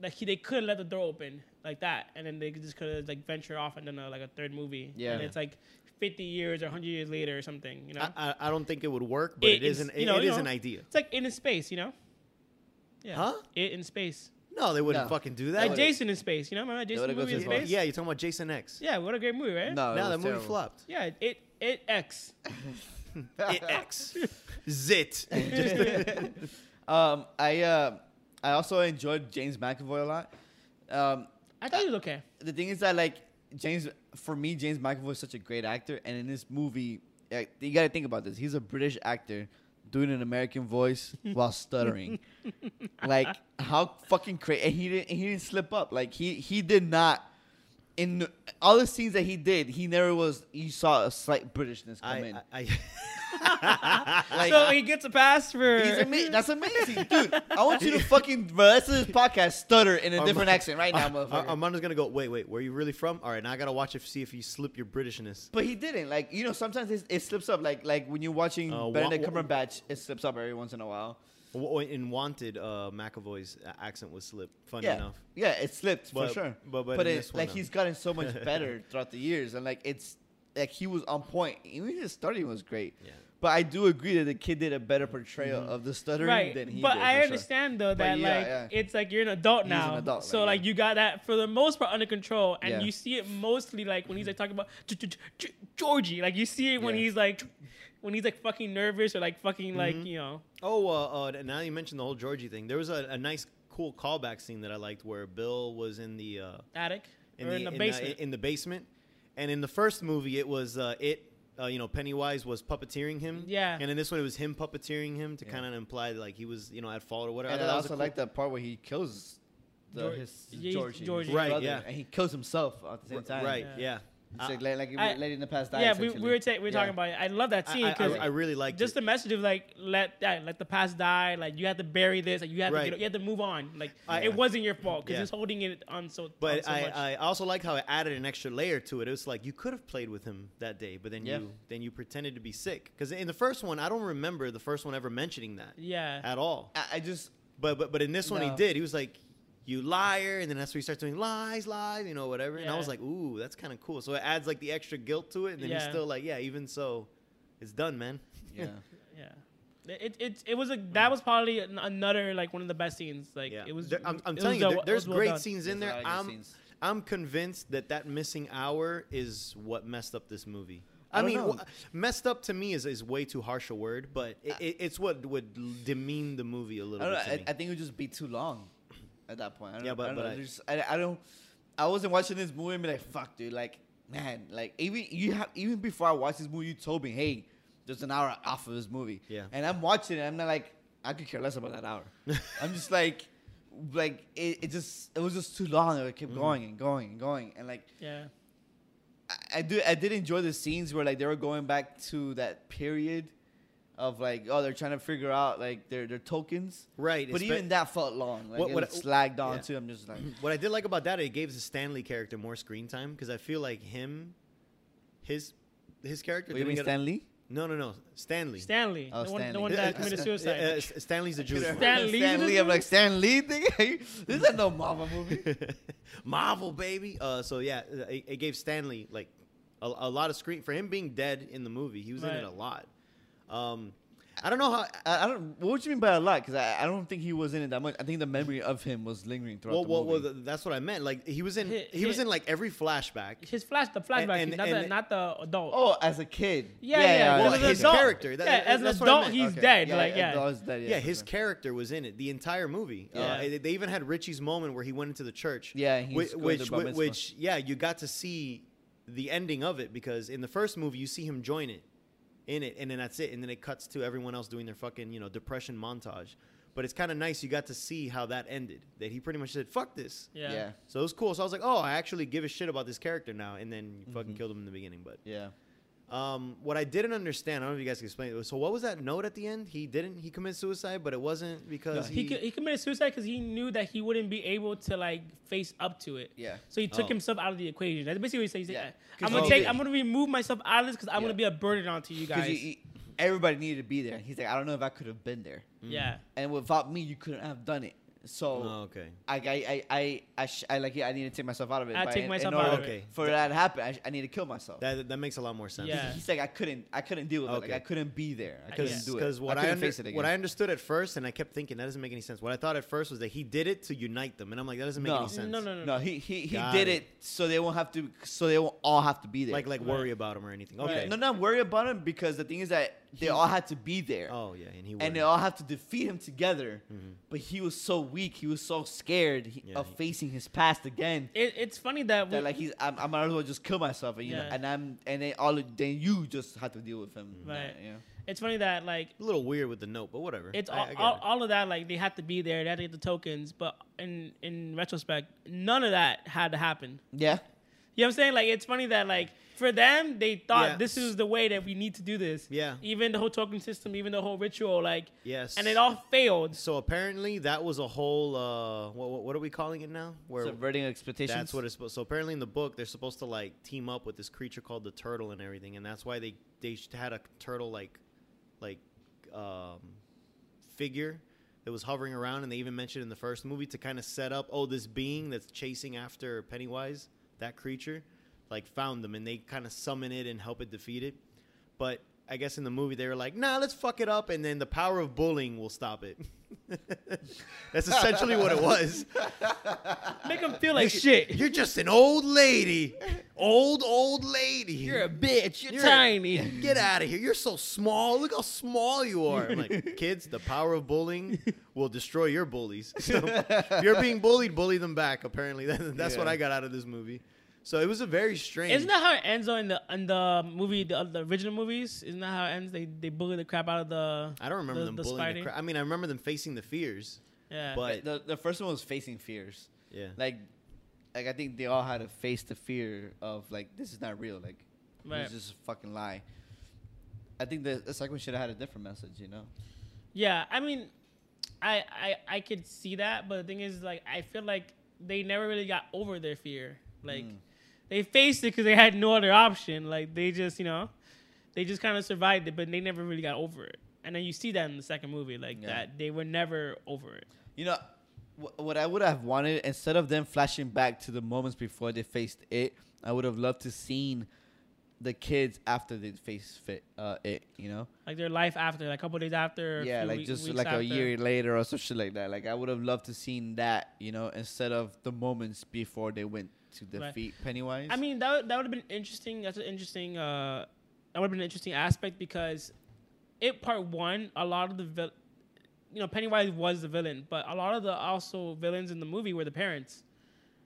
[SPEAKER 3] like he, they could let the door open like that, and then they could just could like venture off and then uh, like a third movie.
[SPEAKER 1] Yeah.
[SPEAKER 3] and it's like fifty years or hundred years later or something. You know,
[SPEAKER 2] I, I, I don't think it would work, but it
[SPEAKER 3] It
[SPEAKER 2] is
[SPEAKER 3] is-
[SPEAKER 2] an,
[SPEAKER 3] you
[SPEAKER 2] it,
[SPEAKER 3] know,
[SPEAKER 2] it
[SPEAKER 3] you
[SPEAKER 2] is
[SPEAKER 3] know.
[SPEAKER 2] an idea.
[SPEAKER 3] it's like in space. You know, yeah,
[SPEAKER 2] Huh?
[SPEAKER 3] It in space,
[SPEAKER 2] No, they wouldn't
[SPEAKER 1] No.
[SPEAKER 2] fucking do
[SPEAKER 1] That
[SPEAKER 3] like
[SPEAKER 2] that.
[SPEAKER 1] would've-
[SPEAKER 3] Jason in space. You know, remember
[SPEAKER 1] would've
[SPEAKER 3] Jason
[SPEAKER 1] gone
[SPEAKER 3] movie in
[SPEAKER 1] too far.
[SPEAKER 3] space?
[SPEAKER 2] yeah, you're talking about Jason X.
[SPEAKER 3] yeah. What a great movie, right?
[SPEAKER 1] no, Oh, it
[SPEAKER 2] no,
[SPEAKER 1] was
[SPEAKER 2] that movie
[SPEAKER 1] terrible.
[SPEAKER 2] flopped.
[SPEAKER 3] yeah, it it X.
[SPEAKER 2] It X. Zit.
[SPEAKER 1] Um, I uh, I also enjoyed James McAvoy a lot. Um,
[SPEAKER 3] I thought he was okay.
[SPEAKER 1] the thing is that like James, for me, James McAvoy is such a great actor, and in this movie, like, you got to think about this. He's a British actor doing an American voice while stuttering. like how fucking crazy! And he didn't. and He didn't slip up. Like he he did not. In all the scenes that he did, he never was. You saw a slight Britishness come in.
[SPEAKER 2] I, I,
[SPEAKER 1] like,
[SPEAKER 3] so he gets a pass for.
[SPEAKER 1] He's ama- that's amazing, dude. I want you to fucking for the rest of this podcast stutter in a different accent right now, motherfucker.
[SPEAKER 2] Armando's gonna go. Wait, wait. Where you really from? All right, now I gotta watch if see if you slip your Britishness.
[SPEAKER 1] but he didn't. Like you know, sometimes it, it slips up. Like like when you're watching
[SPEAKER 2] Uh,
[SPEAKER 1] Benedict
[SPEAKER 2] wha- wha-
[SPEAKER 1] Cumberbatch, it slips up every once in a while.
[SPEAKER 2] W- w- In Wanted, uh, McAvoy's a- accent was slip. Funny
[SPEAKER 1] yeah,
[SPEAKER 2] enough.
[SPEAKER 1] yeah, it slipped
[SPEAKER 2] But-
[SPEAKER 1] for sure.
[SPEAKER 2] but- but in
[SPEAKER 1] it-
[SPEAKER 2] this one,
[SPEAKER 1] like
[SPEAKER 2] no.
[SPEAKER 1] he's gotten so much better throughout the years, and like it's like he was on point. Even his stuttering was great.
[SPEAKER 2] Yeah. Mm-hmm.
[SPEAKER 1] But I do agree that the kid did a better portrayal of the stuttering
[SPEAKER 3] Right,
[SPEAKER 1] than he
[SPEAKER 3] but
[SPEAKER 1] did. for
[SPEAKER 3] I
[SPEAKER 1] sure.
[SPEAKER 3] understand though that
[SPEAKER 1] yeah,
[SPEAKER 3] like
[SPEAKER 1] yeah.
[SPEAKER 3] it's like you're an adult
[SPEAKER 1] He's an
[SPEAKER 3] now,
[SPEAKER 1] adult,
[SPEAKER 3] so
[SPEAKER 1] like,
[SPEAKER 3] like
[SPEAKER 1] yeah.
[SPEAKER 3] you got that for the most part under control, and
[SPEAKER 1] Yeah.
[SPEAKER 3] you see it mostly like when he's like talking about G- G- G- Georgie, like you see it when
[SPEAKER 1] Yeah.
[SPEAKER 3] he's like when he's like fucking nervous or like fucking like
[SPEAKER 1] Mm-hmm.
[SPEAKER 3] you know
[SPEAKER 2] Oh, uh, uh, now you mentioned the whole Georgie thing. There was a, a nice, cool callback scene that I liked where Bill was in the. Uh,
[SPEAKER 3] attic
[SPEAKER 2] in
[SPEAKER 3] or
[SPEAKER 2] the,
[SPEAKER 3] in the
[SPEAKER 2] in
[SPEAKER 3] basement.
[SPEAKER 2] in the basement. And in the first movie, it was uh, it uh, you know, Pennywise was puppeteering him.
[SPEAKER 3] Yeah.
[SPEAKER 2] And in this one, it was him puppeteering him to
[SPEAKER 1] Yeah.
[SPEAKER 2] kind of imply like he was, you know, at fault or whatever.
[SPEAKER 1] And
[SPEAKER 2] I
[SPEAKER 1] I
[SPEAKER 2] thought that was
[SPEAKER 1] also
[SPEAKER 2] a cool-
[SPEAKER 1] like that part where he kills the,
[SPEAKER 3] George-
[SPEAKER 1] his
[SPEAKER 3] yeah, he's-
[SPEAKER 1] Georgie, his
[SPEAKER 3] Georgie.
[SPEAKER 2] Right,
[SPEAKER 1] brother,
[SPEAKER 2] yeah.
[SPEAKER 1] And he kills himself at the same time.
[SPEAKER 2] Right.
[SPEAKER 3] Yeah.
[SPEAKER 2] Yeah.
[SPEAKER 1] It's like, like, like
[SPEAKER 3] I-
[SPEAKER 1] lady in the past dies.
[SPEAKER 3] yeah, we, we
[SPEAKER 1] actually.
[SPEAKER 3] were ta- we were
[SPEAKER 1] Yeah.
[SPEAKER 3] talking about it. I love that
[SPEAKER 2] I,
[SPEAKER 3] scene
[SPEAKER 2] I, I,
[SPEAKER 3] because
[SPEAKER 2] I really liked
[SPEAKER 3] just
[SPEAKER 2] it.
[SPEAKER 3] the message of like let yeah, let the past die. Like you have to bury this. Like you have
[SPEAKER 2] Right.
[SPEAKER 3] to get, you have to move on. Like
[SPEAKER 2] I-
[SPEAKER 3] it wasn't your fault because
[SPEAKER 2] Yeah.
[SPEAKER 3] he's holding it on so. on
[SPEAKER 2] But
[SPEAKER 3] so much.
[SPEAKER 2] I, I also liked how it added an extra layer to it. It was like you could have played with him that day, but then
[SPEAKER 1] Yeah.
[SPEAKER 2] you then you pretended to be sick. Because in the first one, I don't remember the first one ever mentioning that
[SPEAKER 3] yeah.
[SPEAKER 2] at all.
[SPEAKER 1] I, I just
[SPEAKER 2] But but but in this one, he
[SPEAKER 1] No.
[SPEAKER 2] did. He was like, "You liar," and then that's where he starts doing lies, lies, you know, whatever. And I
[SPEAKER 3] Yeah.
[SPEAKER 2] was like, "Ooh, that's kind of cool." So it adds like the extra guilt to it, and then he's
[SPEAKER 3] Yeah.
[SPEAKER 2] still like, "Yeah, even so, it's done, man."
[SPEAKER 1] yeah.
[SPEAKER 3] Yeah. It, it, it was a that was probably an- another like one of the best scenes like
[SPEAKER 2] yeah,
[SPEAKER 3] it was
[SPEAKER 2] There- I'm, I'm
[SPEAKER 3] it
[SPEAKER 2] telling
[SPEAKER 3] was
[SPEAKER 2] you,
[SPEAKER 3] well-
[SPEAKER 2] there-
[SPEAKER 3] it
[SPEAKER 2] there's
[SPEAKER 3] was well
[SPEAKER 2] great
[SPEAKER 3] done.
[SPEAKER 2] scenes in
[SPEAKER 1] There's
[SPEAKER 2] there.
[SPEAKER 1] a lot of good
[SPEAKER 2] I'm
[SPEAKER 1] scenes.
[SPEAKER 2] I'm convinced that that missing hour is what messed up this movie.
[SPEAKER 1] I
[SPEAKER 2] I,
[SPEAKER 1] don't
[SPEAKER 2] mean,
[SPEAKER 1] know.
[SPEAKER 2] wha- messed up to me is, is way too harsh a word, but it, it, it's what would l- demean the movie a
[SPEAKER 1] I,
[SPEAKER 2] little
[SPEAKER 1] don't know,
[SPEAKER 2] bit. to
[SPEAKER 1] I,
[SPEAKER 2] me.
[SPEAKER 1] I think it would just be too long at that point. I don't
[SPEAKER 2] Yeah,
[SPEAKER 1] know,
[SPEAKER 2] but-
[SPEAKER 1] I don't,
[SPEAKER 2] but
[SPEAKER 1] know.
[SPEAKER 2] I-
[SPEAKER 1] There's- I, I don't. I wasn't watching this movie and be like, "Fuck, dude!" Like, man, like even you have even before I watched this movie, you told me, "Hey, there's an hour off of this movie."
[SPEAKER 2] Yeah.
[SPEAKER 1] And I'm watching it. I'm not like I could care less about that hour. I'm just like, like it, it just it was just too long. and It
[SPEAKER 2] Mm-hmm.
[SPEAKER 1] kept going and going and going and like
[SPEAKER 3] yeah
[SPEAKER 1] I, I do I did enjoy the scenes where like they were going back to that period of like oh they're trying to figure out like their their tokens
[SPEAKER 2] right,
[SPEAKER 1] but
[SPEAKER 2] it's
[SPEAKER 1] even
[SPEAKER 2] ve-
[SPEAKER 1] that felt long like
[SPEAKER 2] What-
[SPEAKER 1] it
[SPEAKER 2] what-
[SPEAKER 1] was slagged on
[SPEAKER 2] yeah.
[SPEAKER 1] too I'm just like
[SPEAKER 2] what I did like about that, it gave the Stanley character more screen time because I feel like him, his his character.
[SPEAKER 1] what, you
[SPEAKER 2] didn't
[SPEAKER 1] mean
[SPEAKER 2] get a-
[SPEAKER 1] Stanley
[SPEAKER 2] no, no, no, Stanley.
[SPEAKER 3] Stanley
[SPEAKER 1] Oh,
[SPEAKER 3] the one
[SPEAKER 1] Stanley.
[SPEAKER 3] the one
[SPEAKER 2] Uh, uh,
[SPEAKER 3] that committed
[SPEAKER 2] Stan-
[SPEAKER 3] suicide
[SPEAKER 2] uh, uh, S- Stanley's the Jewish one.
[SPEAKER 3] Stan Lee's in
[SPEAKER 1] Stan
[SPEAKER 3] this
[SPEAKER 1] Lee I'm
[SPEAKER 3] movie?
[SPEAKER 1] like Stan Lee thing this is no Marvel movie
[SPEAKER 2] Marvel, baby. Uh, so yeah, it, it gave Stanley like a, a lot of screen for him being dead in the movie. He was in it
[SPEAKER 3] Right.
[SPEAKER 2] a lot. Um, I don't know how.
[SPEAKER 1] I, I don't what would you mean by a lot because I, I don't think he was in it that much I think the memory of him was lingering throughout
[SPEAKER 2] Well,
[SPEAKER 1] the
[SPEAKER 2] well,
[SPEAKER 1] movie
[SPEAKER 2] well, th- that's what I meant. Like he was in,
[SPEAKER 3] Hi-
[SPEAKER 2] he was
[SPEAKER 3] hi-
[SPEAKER 2] in like every flashback.
[SPEAKER 3] his flash the flashback
[SPEAKER 2] and-
[SPEAKER 3] scene, not,
[SPEAKER 2] and-
[SPEAKER 3] the, not the adult
[SPEAKER 1] oh as a kid
[SPEAKER 3] yeah yeah,
[SPEAKER 2] Well,
[SPEAKER 3] as an
[SPEAKER 2] his
[SPEAKER 3] adult-
[SPEAKER 2] character, that-
[SPEAKER 3] yeah as an
[SPEAKER 2] that's what I
[SPEAKER 3] adult
[SPEAKER 2] meant.
[SPEAKER 3] he's
[SPEAKER 1] Okay.
[SPEAKER 3] dead
[SPEAKER 1] yeah,
[SPEAKER 3] like yeah
[SPEAKER 1] I was dead,
[SPEAKER 2] Yeah, his
[SPEAKER 1] okay.
[SPEAKER 2] character was in it the entire movie.
[SPEAKER 1] Yeah.
[SPEAKER 2] Uh, they- they even had Richie's moment where he went into the church.
[SPEAKER 1] Yeah, he's
[SPEAKER 2] which,
[SPEAKER 1] going to
[SPEAKER 2] which,
[SPEAKER 1] Bar
[SPEAKER 2] whi-
[SPEAKER 1] Mitzvah.
[SPEAKER 2] which, yeah, you got to see the ending of it because in the first movie you see him join it, in it, and then that's it, and then it cuts to everyone else doing their fucking you know depression montage. But it's kind of nice you got to see how that ended. That he pretty much said fuck this.
[SPEAKER 3] yeah
[SPEAKER 1] yeah
[SPEAKER 2] So it was cool. So I was like, oh, I actually give a shit about this character now, and then you
[SPEAKER 1] Mm-hmm.
[SPEAKER 2] fucking killed him in the beginning, but.
[SPEAKER 1] yeah
[SPEAKER 2] Um, what I didn't understand, I don't know if you guys can explain it. So what was that note at the end? He didn't he committed suicide, but it wasn't because
[SPEAKER 3] he, co- he committed suicide because he knew that he wouldn't be able to like face up to it.
[SPEAKER 1] Yeah.
[SPEAKER 3] So he took
[SPEAKER 2] Oh.
[SPEAKER 3] himself out of the equation. That's basically what he said. He said,
[SPEAKER 1] Yeah.
[SPEAKER 3] "I'm
[SPEAKER 1] 'Cause
[SPEAKER 3] gonna
[SPEAKER 1] he
[SPEAKER 3] take.
[SPEAKER 1] did.
[SPEAKER 3] I'm gonna remove myself out of this because I'm
[SPEAKER 1] Yeah. e-,
[SPEAKER 3] gonna be a burden onto you
[SPEAKER 1] because
[SPEAKER 3] guys.
[SPEAKER 1] you, you- everybody needed to be there he's like I don't know if I could have been there
[SPEAKER 3] yeah.
[SPEAKER 1] and without me you couldn't have done it so
[SPEAKER 2] Oh, okay.
[SPEAKER 1] I I I I I, sh- I like yeah, I need to take myself out of it
[SPEAKER 3] I
[SPEAKER 1] but
[SPEAKER 3] take
[SPEAKER 1] in-
[SPEAKER 3] myself
[SPEAKER 1] in order
[SPEAKER 3] out of
[SPEAKER 2] it.
[SPEAKER 1] for that to happen I, sh- I need to kill myself
[SPEAKER 2] That that makes a lot more sense.
[SPEAKER 3] Yeah.
[SPEAKER 1] he's like I couldn't I couldn't deal with it
[SPEAKER 2] Okay.
[SPEAKER 1] like I couldn't be there I couldn't
[SPEAKER 2] Because
[SPEAKER 1] do it
[SPEAKER 2] what
[SPEAKER 1] I
[SPEAKER 2] I,
[SPEAKER 1] couldn't
[SPEAKER 2] under-
[SPEAKER 1] face it again
[SPEAKER 2] what I understood at first, and I kept thinking that doesn't make any sense. What I thought at first was that he did it to unite them, and I'm like that doesn't make
[SPEAKER 1] No.
[SPEAKER 2] any sense.
[SPEAKER 3] No, no, no,
[SPEAKER 1] no
[SPEAKER 3] no.
[SPEAKER 1] he he, he
[SPEAKER 2] Got
[SPEAKER 1] did
[SPEAKER 2] it.
[SPEAKER 1] it. so they won't have to so they won't all have to be there
[SPEAKER 2] Like like worry about him or anything. Okay.
[SPEAKER 1] no not worry about him because the thing is that they all had to be there
[SPEAKER 2] Oh yeah, and he
[SPEAKER 1] and
[SPEAKER 2] wouldn't.
[SPEAKER 1] they all have to defeat him together but he was so weak he was so scared he-
[SPEAKER 2] Mm-hmm. Yeah,
[SPEAKER 1] of
[SPEAKER 2] he-
[SPEAKER 1] facing his past again
[SPEAKER 3] It, it's funny that, we,
[SPEAKER 1] that like he's I'm, I might as well just kill myself and you know
[SPEAKER 3] Yeah.
[SPEAKER 1] and I'm and then all of- then you just have to deal with him
[SPEAKER 2] Mm-hmm.
[SPEAKER 3] Right.
[SPEAKER 1] yeah
[SPEAKER 3] it's funny that like
[SPEAKER 2] a little weird with the note, but whatever.
[SPEAKER 3] it's
[SPEAKER 2] I-
[SPEAKER 3] all,
[SPEAKER 2] I get
[SPEAKER 3] all,
[SPEAKER 2] it.
[SPEAKER 3] all of that like they had to be there. They had to get the tokens, but in in retrospect, none of that had to happen.
[SPEAKER 1] yeah
[SPEAKER 3] You know what I'm saying? Like it's funny that like for them they thought
[SPEAKER 2] Yeah.
[SPEAKER 3] this is the way that we need to do this.
[SPEAKER 2] Yeah.
[SPEAKER 3] Even the whole token system, even the whole ritual, like
[SPEAKER 2] Yes.
[SPEAKER 3] and it all failed.
[SPEAKER 2] So apparently that was a whole uh what what, what are we calling it now? Where
[SPEAKER 1] subverting expectations
[SPEAKER 2] That's what it's supposed. So apparently, in the book, they're supposed to like team up with this creature called the turtle and everything, and that's why they they sh- had a turtle like like um, figure that was hovering around, and they even mentioned in the first movie to kind of set up oh this being that's chasing after Pennywise that creature like found them, and they kind of summon it and help it defeat it, but. I guess in the movie they were like, "Nah, let's fuck it up, and then the power of bullying will stop it." That's essentially what it was.
[SPEAKER 3] Make them feel like shit.
[SPEAKER 2] You're just an old lady. Old, old lady.
[SPEAKER 3] You're a bitch. You're,
[SPEAKER 2] You're-
[SPEAKER 3] tiny.
[SPEAKER 2] Get out of here. You're so small. Look how small you are. I'm like, kids, the power of bullying will destroy your bullies. So if you're being bullied, bully them back, apparently. That- That's what
[SPEAKER 1] Yeah.
[SPEAKER 2] I got out of this movie. So it was a very strange.
[SPEAKER 3] Isn't that how it ends though in the in the movie the, the original movies? Isn't that how it ends? They they bully the crap out of the
[SPEAKER 2] I don't remember
[SPEAKER 3] the-
[SPEAKER 2] them
[SPEAKER 3] the
[SPEAKER 2] bullying. The
[SPEAKER 3] Spidey?
[SPEAKER 2] cra- I mean, I remember them facing the fears,
[SPEAKER 3] yeah.
[SPEAKER 2] but
[SPEAKER 1] the, the first one was facing fears.
[SPEAKER 2] yeah,
[SPEAKER 1] Like, like I think they all had to face the fear of like this is not real. Like,
[SPEAKER 3] Right.
[SPEAKER 1] this is just a fucking lie. I think the, the second one should have had a different message. You know.
[SPEAKER 3] Yeah, I mean, I, I I could see that, but the thing is, like, I feel like they never really got over their fear. Like,
[SPEAKER 1] Mm.
[SPEAKER 3] they faced it because they had no other option. Like, they just, you know, they just kind of survived it, but they never really got over it. And then you see that in the second movie, like
[SPEAKER 1] Yeah.
[SPEAKER 3] that they were never over it.
[SPEAKER 1] You know, wh- what I would have wanted instead of them flashing back to the moments before they faced it, I would have loved to seen the kids after they faced fit uh, it. You know,
[SPEAKER 3] Like their life after, like a couple days after. a
[SPEAKER 1] yeah,
[SPEAKER 3] few
[SPEAKER 1] like
[SPEAKER 3] week-
[SPEAKER 1] just
[SPEAKER 3] weeks
[SPEAKER 1] like
[SPEAKER 3] after.
[SPEAKER 1] a year later or some shit like that. Like I would have loved to seen that. You know, instead of the moments before they went to defeat
[SPEAKER 3] Right.
[SPEAKER 1] Pennywise.
[SPEAKER 3] I mean, that would- that would have been interesting. That's an interesting. Uh, that would have been an interesting aspect because, it part one, a lot of the, vil- you know, Pennywise was the villain, but a lot of the also villains in the movie were the parents.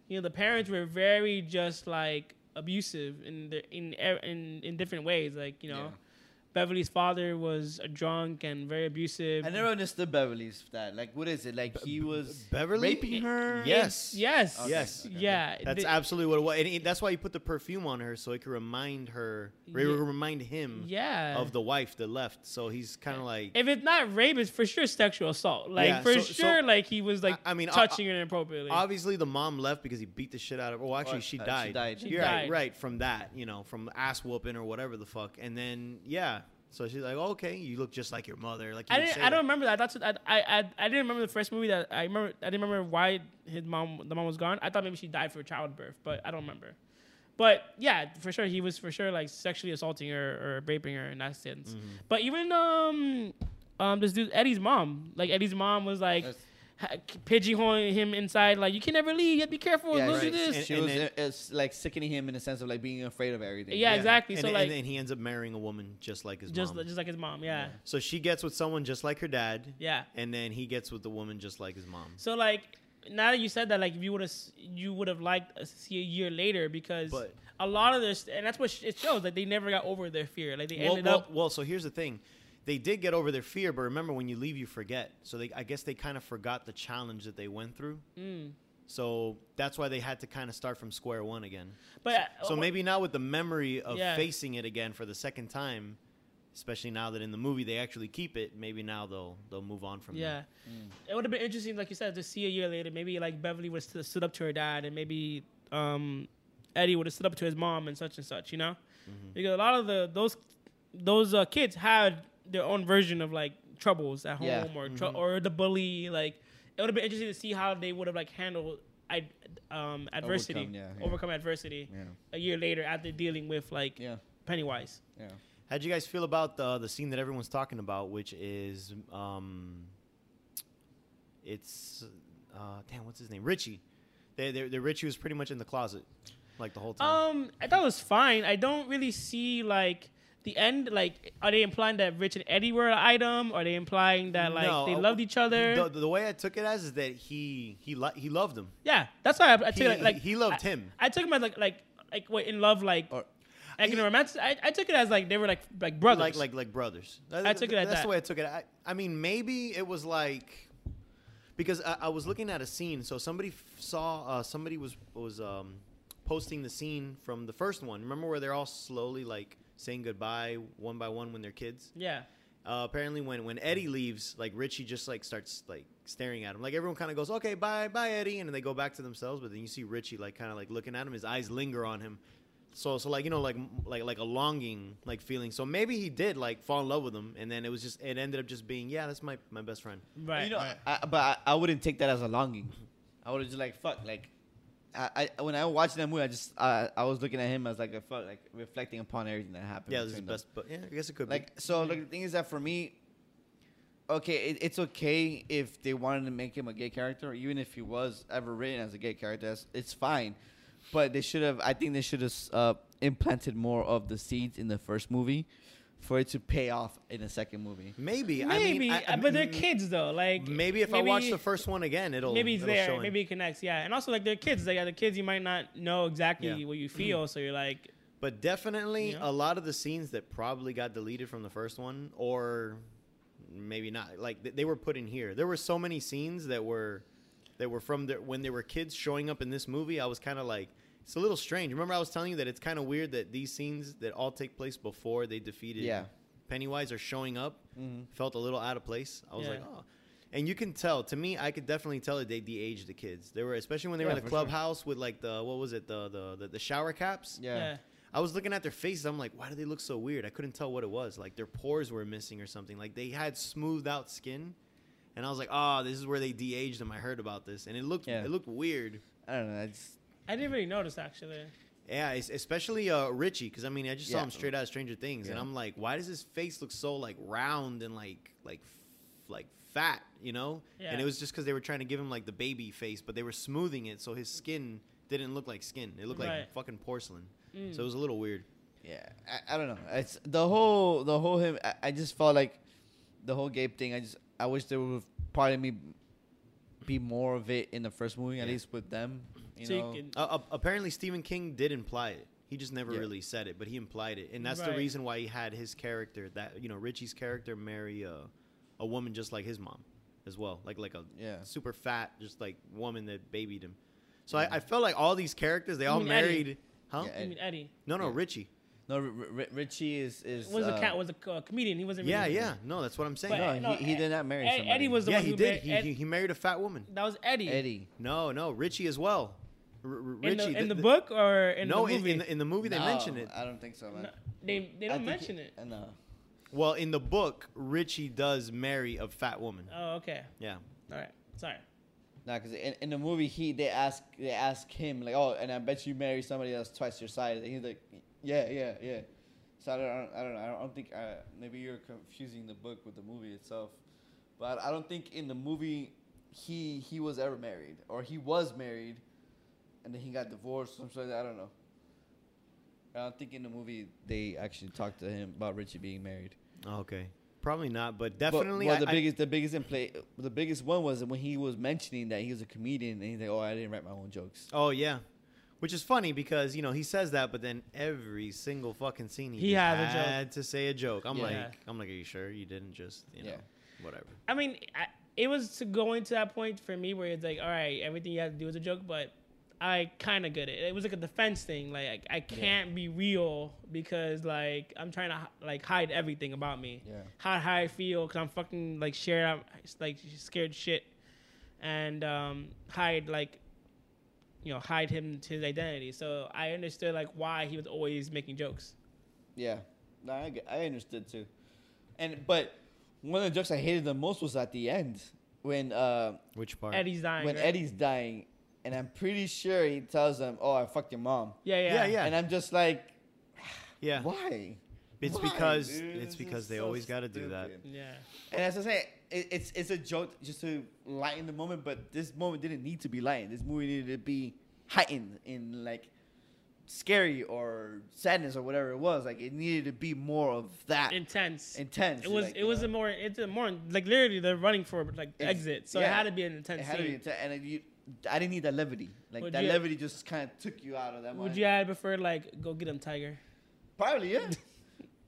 [SPEAKER 3] You know, the parents were very just like abusive in the in e- in in different ways. Like you know,
[SPEAKER 1] Yeah.
[SPEAKER 3] Beverly's father was a drunk and very abusive.
[SPEAKER 1] I never understood Beverly's that. Like, what is it? Like he was
[SPEAKER 2] Beverly?
[SPEAKER 1] raping her.
[SPEAKER 2] Yeah.
[SPEAKER 3] It's-
[SPEAKER 2] yes.
[SPEAKER 3] yes,
[SPEAKER 1] Okay,
[SPEAKER 2] Yes.
[SPEAKER 1] okay.
[SPEAKER 3] yeah.
[SPEAKER 2] that's
[SPEAKER 3] the-
[SPEAKER 2] absolutely what it was. And he- that's why you put the perfume on her so it could remind her, re-
[SPEAKER 3] Ye-
[SPEAKER 2] remind him
[SPEAKER 3] yeah.
[SPEAKER 2] of the wife that left. So he's kind of like,
[SPEAKER 3] if it's not rape, it's for sure sexual assault. Like
[SPEAKER 2] Yeah,
[SPEAKER 3] for
[SPEAKER 2] so- so-
[SPEAKER 3] sure, like he was like
[SPEAKER 2] I- I mean, o-
[SPEAKER 3] touching her inappropriately.
[SPEAKER 2] obviously the mom left because he beat the shit out of her. Well, actually,
[SPEAKER 1] Or,
[SPEAKER 2] she
[SPEAKER 1] uh, she
[SPEAKER 2] died.
[SPEAKER 1] died. She
[SPEAKER 2] You're right,
[SPEAKER 3] died.
[SPEAKER 2] right from that, you know, from ass whooping or whatever the fuck. And then yeah, so she's like, "Oh, okay, you look just like your mother. Like you
[SPEAKER 3] I
[SPEAKER 2] would
[SPEAKER 3] didn't.
[SPEAKER 2] say
[SPEAKER 3] I don't
[SPEAKER 2] that.
[SPEAKER 3] remember that. That's what I, I. I. I didn't remember the first movie that I remember. I didn't remember why his mom, the mom was gone. I thought maybe she died for childbirth, but I don't remember. But yeah, for sure he was for sure like sexually assaulting her or raping her in that sense.
[SPEAKER 2] Mm-hmm.
[SPEAKER 3] But even um, um, this dude Eddie's mom, like Eddie's mom was like.
[SPEAKER 1] That's-
[SPEAKER 3] ha- Pigeonholing him inside, like you can never leave. You have to be careful.
[SPEAKER 1] Yeah,
[SPEAKER 3] Look
[SPEAKER 1] she,
[SPEAKER 3] at
[SPEAKER 2] right.
[SPEAKER 3] this.
[SPEAKER 1] she
[SPEAKER 2] And-
[SPEAKER 1] was
[SPEAKER 2] and
[SPEAKER 1] uh, it's like sickening him in the sense of like being afraid of everything.
[SPEAKER 3] Yeah, exactly.
[SPEAKER 2] And,
[SPEAKER 3] So,
[SPEAKER 2] and-
[SPEAKER 3] like-
[SPEAKER 2] and he ends up marrying a woman just like his
[SPEAKER 3] just,
[SPEAKER 2] mom.
[SPEAKER 3] just like his mom. Yeah,
[SPEAKER 2] so she gets with someone just like her dad.
[SPEAKER 3] yeah.
[SPEAKER 2] and then he gets with the woman just like his mom.
[SPEAKER 3] So like now that you said that, like if you would have you would have liked to see a year later because
[SPEAKER 2] But-
[SPEAKER 3] a lot of this and that's what sh- it shows that they never got over their fear. Like they
[SPEAKER 2] Well,
[SPEAKER 3] ended
[SPEAKER 2] well,
[SPEAKER 3] up
[SPEAKER 2] well, so here's the thing. They did get over their fear, but remember when you leave you forget. So they I guess they kind of forgot the challenge that they went through.
[SPEAKER 3] Mm.
[SPEAKER 2] So that's why they had to kind of start from square one again.
[SPEAKER 3] But
[SPEAKER 2] So
[SPEAKER 3] uh,
[SPEAKER 2] maybe not with the memory of
[SPEAKER 3] Yeah.
[SPEAKER 2] facing it again for the second time, especially now that in the movie they actually keep it, maybe now they'll they'll move on from
[SPEAKER 3] yeah,
[SPEAKER 2] that.
[SPEAKER 3] it would have been interesting, like you said, to see a year later. Maybe like Beverly would have stood up to her dad, and maybe um, Eddie would have stood up to his mom and such and such. You know,
[SPEAKER 1] Mm-hmm.
[SPEAKER 3] because a lot of the those those uh, kids had their own version of like troubles at home
[SPEAKER 1] Yeah.
[SPEAKER 3] or tr- or the bully. Like it would have been interesting to see how they would have like handled I- um, adversity,
[SPEAKER 1] Overcome,
[SPEAKER 3] overcome,
[SPEAKER 1] yeah, yeah.
[SPEAKER 3] adversity
[SPEAKER 1] Yeah.
[SPEAKER 3] a year later after dealing with like
[SPEAKER 1] Yeah.
[SPEAKER 3] Pennywise.
[SPEAKER 1] Yeah.
[SPEAKER 2] How'd you guys feel about the the scene that everyone's talking about, which is um, it's uh, damn, what's his name? Richie. They, they, they Richie was pretty much in the closet, like the whole time.
[SPEAKER 3] Um, I thought it was fine. I don't really see like the end. Like, are they implying that Rich and Eddie were an item? Are they implying that like
[SPEAKER 2] No,
[SPEAKER 3] they
[SPEAKER 2] uh,
[SPEAKER 3] loved each other?
[SPEAKER 2] The, the way I took it as is that he he lo- he loved him.
[SPEAKER 3] yeah, that's why I, I took
[SPEAKER 2] He,
[SPEAKER 3] it like
[SPEAKER 2] he loved
[SPEAKER 3] I-
[SPEAKER 2] him.
[SPEAKER 3] I took him as like like like what in love like
[SPEAKER 1] Or-
[SPEAKER 3] like in a romance. I, I took it as like they were like like brothers.
[SPEAKER 2] Like like like brothers.
[SPEAKER 3] I took it at
[SPEAKER 2] That's
[SPEAKER 3] that.
[SPEAKER 2] the way I took it. I, I mean, maybe it was like because I, I was looking at a scene. So somebody f- saw uh, somebody was was um, posting the scene from the first one. Remember where they're all slowly like saying goodbye one by one when they're kids.
[SPEAKER 3] yeah,
[SPEAKER 2] Uh, apparently, when when
[SPEAKER 3] Mm.
[SPEAKER 2] Eddie leaves, like Richie just like starts like staring at him. Like everyone kind of goes, "Okay, bye, bye, Eddie," and then they go back to themselves. But then you see Richie like kind of like looking at him. His eyes linger on him. So so like you know like like like a longing like feeling. So maybe he did like fall in love with him, and then it was just it ended up just being yeah, that's my my best friend.
[SPEAKER 3] right.
[SPEAKER 1] You know, I, but I, I wouldn't take that as a longing. I would have just like fuck. Like, I, I when I watched that movie, I just I, I was looking at him as like a fuck, like reflecting upon everything that happened.
[SPEAKER 2] Yeah, this is
[SPEAKER 1] between them.
[SPEAKER 2] best. But yeah, I guess it could
[SPEAKER 1] Like, so like the thing is that for me, okay, it, it's okay if they wanted to make him a gay character, even if he was ever written as a gay character, that's, it's fine. But they should have. I think they should have uh, implanted more of the seeds in the first movie, for it to pay off in a second movie.
[SPEAKER 2] Maybe. I mean,
[SPEAKER 3] Maybe,
[SPEAKER 2] I- I-
[SPEAKER 3] but they're
[SPEAKER 2] m-
[SPEAKER 3] kids though. Like
[SPEAKER 2] Maybe if I watch the first one again, it'll
[SPEAKER 3] maybe it's
[SPEAKER 2] it'll show
[SPEAKER 3] there,
[SPEAKER 2] in-
[SPEAKER 3] maybe it connects. Yeah, and also like they're kids. Like other kids, you might not know exactly
[SPEAKER 2] Yeah.
[SPEAKER 3] what you feel, so you're like,
[SPEAKER 2] But definitely,
[SPEAKER 3] Yeah.
[SPEAKER 2] a lot of the scenes that probably got deleted from the first one, or maybe not, like th- they were put in here. There were so many scenes that were that were from their, when they were kids showing up in this movie. I was kind of like, it's a little strange. Remember, I was telling you that it's kind of weird that these scenes that all take place before they defeated
[SPEAKER 1] Yeah. Mm-hmm.
[SPEAKER 2] Pennywise are showing up. Felt a little out of place. I was like,
[SPEAKER 3] Yeah.
[SPEAKER 2] oh. And you can tell. To me, I could definitely tell that they de-aged the kids. They were, especially when they were
[SPEAKER 1] Yeah,
[SPEAKER 2] in the
[SPEAKER 1] for sure.
[SPEAKER 2] clubhouse with like the what was it, the the the, the shower caps.
[SPEAKER 1] Yeah.
[SPEAKER 3] yeah.
[SPEAKER 2] I was looking at their faces. I'm like, why do they look so weird? I couldn't tell what it was. Like their pores were missing or something. Like they had smoothed out skin, and I was like, oh, this is where they de-aged them. I heard about this, and it looked
[SPEAKER 1] Yeah.
[SPEAKER 2] it looked weird.
[SPEAKER 1] I don't know. It's,
[SPEAKER 3] I didn't really notice actually.
[SPEAKER 2] Yeah, es- especially uh, Richie, because I mean, I just saw
[SPEAKER 1] Yeah.
[SPEAKER 2] him straight out of Stranger Things, and
[SPEAKER 1] Yeah.
[SPEAKER 2] I'm like, why does his face look so like round and like like f- like fat, you know? And
[SPEAKER 3] Yeah.
[SPEAKER 2] it was just because they were trying to give him like the baby face, but they were smoothing it so his skin didn't look like skin. It looked
[SPEAKER 3] Right.
[SPEAKER 2] like fucking porcelain.
[SPEAKER 3] Mm.
[SPEAKER 2] So it was a little weird.
[SPEAKER 1] yeah. I, I don't know. It's the whole the whole him. I, I just felt like the whole Gabe thing. I just I wish there would part of me be more of it in the first movie, at
[SPEAKER 2] Yeah.
[SPEAKER 1] least with them. You
[SPEAKER 3] So you
[SPEAKER 1] know.
[SPEAKER 3] can-
[SPEAKER 2] Uh, uh, apparently, Stephen King did imply it. He just never
[SPEAKER 1] Yeah.
[SPEAKER 2] really said it, but he implied it, and that's the
[SPEAKER 3] Right.
[SPEAKER 2] reason why he had his character, that you know, Richie's character, marry a, a woman just like his mom, as well, like like a
[SPEAKER 1] Yeah.
[SPEAKER 2] super fat, just like woman that babied him. So I, I felt like all these characters, they all
[SPEAKER 3] mean Eddie?
[SPEAKER 2] married, huh?
[SPEAKER 1] Yeah,
[SPEAKER 3] I mean Eddie
[SPEAKER 2] No, no,
[SPEAKER 1] Yeah.
[SPEAKER 2] Richie.
[SPEAKER 1] No, R- R- Richie is is
[SPEAKER 3] was
[SPEAKER 1] uh,
[SPEAKER 3] a cat was a co- comedian. He wasn't.
[SPEAKER 2] Yeah,
[SPEAKER 3] really-
[SPEAKER 2] yeah. No, that's what I'm saying.
[SPEAKER 3] But,
[SPEAKER 1] No, he- he
[SPEAKER 3] Ed-
[SPEAKER 1] did not marry
[SPEAKER 3] Ed-
[SPEAKER 1] somebody.
[SPEAKER 3] Eddie was the
[SPEAKER 2] yeah,
[SPEAKER 3] one
[SPEAKER 2] he
[SPEAKER 3] who
[SPEAKER 2] did.
[SPEAKER 3] mar-
[SPEAKER 2] He,
[SPEAKER 3] Ed-
[SPEAKER 2] he, he married a fat woman.
[SPEAKER 3] that was Eddie.
[SPEAKER 1] Eddie.
[SPEAKER 2] No, no, Richie as well. R- R- Richie
[SPEAKER 3] in the, in the
[SPEAKER 2] th-
[SPEAKER 3] book or in
[SPEAKER 2] no,
[SPEAKER 3] the
[SPEAKER 2] in,
[SPEAKER 3] movie.
[SPEAKER 2] in, the, in the movie they
[SPEAKER 1] No,
[SPEAKER 2] mention it.
[SPEAKER 1] I don't think so, man.
[SPEAKER 3] No, they they
[SPEAKER 1] I think
[SPEAKER 3] don't mention
[SPEAKER 1] he-
[SPEAKER 3] it.
[SPEAKER 1] uh, No.
[SPEAKER 2] Well, in the book, Richie does marry a fat woman.
[SPEAKER 3] Oh, okay.
[SPEAKER 2] Yeah.
[SPEAKER 3] All right. Sorry.
[SPEAKER 1] Nah, because in, in the movie he they ask they ask him like oh and I bet you marry somebody that's twice your size and he's like yeah yeah yeah, so I don't I don't know I don't think uh, maybe you're confusing the book with the movie itself, but I don't think in the movie he he was ever married or he was married, and then he got divorced or something like that I don't know. I don't think in the movie they actually talked to him about Richie being married.
[SPEAKER 2] Oh, Okay. Probably not, but
[SPEAKER 1] But-
[SPEAKER 2] definitely.
[SPEAKER 1] well,
[SPEAKER 2] I-
[SPEAKER 1] the
[SPEAKER 2] I-
[SPEAKER 1] biggest the biggest in play the biggest one was when he was mentioning that he was a comedian and he's like oh I didn't write my own jokes.
[SPEAKER 2] oh yeah, which is funny because you know he says that, but then every single fucking scene he,
[SPEAKER 3] He has a joke.
[SPEAKER 2] had to say a joke. I'm
[SPEAKER 1] Yeah.
[SPEAKER 2] like, I'm like, are you sure you didn't just you know
[SPEAKER 1] Yeah.
[SPEAKER 2] whatever?
[SPEAKER 3] I mean, I, it was to go into that point for me where it's like, all right, everything you have to do is a joke, but I kind of get it. It was like a defense thing. Like I, I can't be real because like I'm trying to hi- like hide everything about me.
[SPEAKER 1] Yeah.
[SPEAKER 3] How how I feel because I'm fucking like scared. I'm like scared shit, and um, hide like. You know, hide him his identity. So I understood like why he was always making jokes.
[SPEAKER 1] Yeah, no, I, get- I understood too. And but one of the jokes I hated the most was at the end when uh,
[SPEAKER 2] Which part?
[SPEAKER 3] Eddie's dying.
[SPEAKER 1] when
[SPEAKER 3] right?
[SPEAKER 1] Eddie's dying, and I'm pretty sure he tells them, "Oh, I fucked your mom,"
[SPEAKER 3] Yeah, yeah,
[SPEAKER 2] Yeah, yeah.
[SPEAKER 1] and I'm just like,
[SPEAKER 2] Yeah,
[SPEAKER 1] why?
[SPEAKER 2] it's
[SPEAKER 1] Why,
[SPEAKER 2] because
[SPEAKER 1] dude?
[SPEAKER 2] it's
[SPEAKER 1] This
[SPEAKER 2] because
[SPEAKER 1] is
[SPEAKER 2] they
[SPEAKER 1] so
[SPEAKER 2] always got to do that.
[SPEAKER 1] stupid.
[SPEAKER 3] yeah.
[SPEAKER 1] And as I say, it, it's it's a joke just to lighten the moment, but this moment didn't need to be lightened. This movie needed to be heightened in like scary or sadness or whatever it was. Like it needed to be more of that
[SPEAKER 3] Intense.
[SPEAKER 1] intense.
[SPEAKER 3] It was
[SPEAKER 1] like, uh,
[SPEAKER 3] it
[SPEAKER 1] you
[SPEAKER 3] was
[SPEAKER 1] know?
[SPEAKER 3] a more it's a more like literally they're running for like the
[SPEAKER 1] Ex-
[SPEAKER 3] exit, so it
[SPEAKER 1] yeah.
[SPEAKER 3] had to be an intense
[SPEAKER 1] It had to be
[SPEAKER 3] scene.
[SPEAKER 1] intense, and it- you, I didn't need that levity. Like
[SPEAKER 3] Would
[SPEAKER 1] that
[SPEAKER 3] you-
[SPEAKER 1] levity just kind of took you out of that.
[SPEAKER 3] Would
[SPEAKER 1] moment.
[SPEAKER 3] you have preferred like go get him tiger?
[SPEAKER 1] Probably yeah.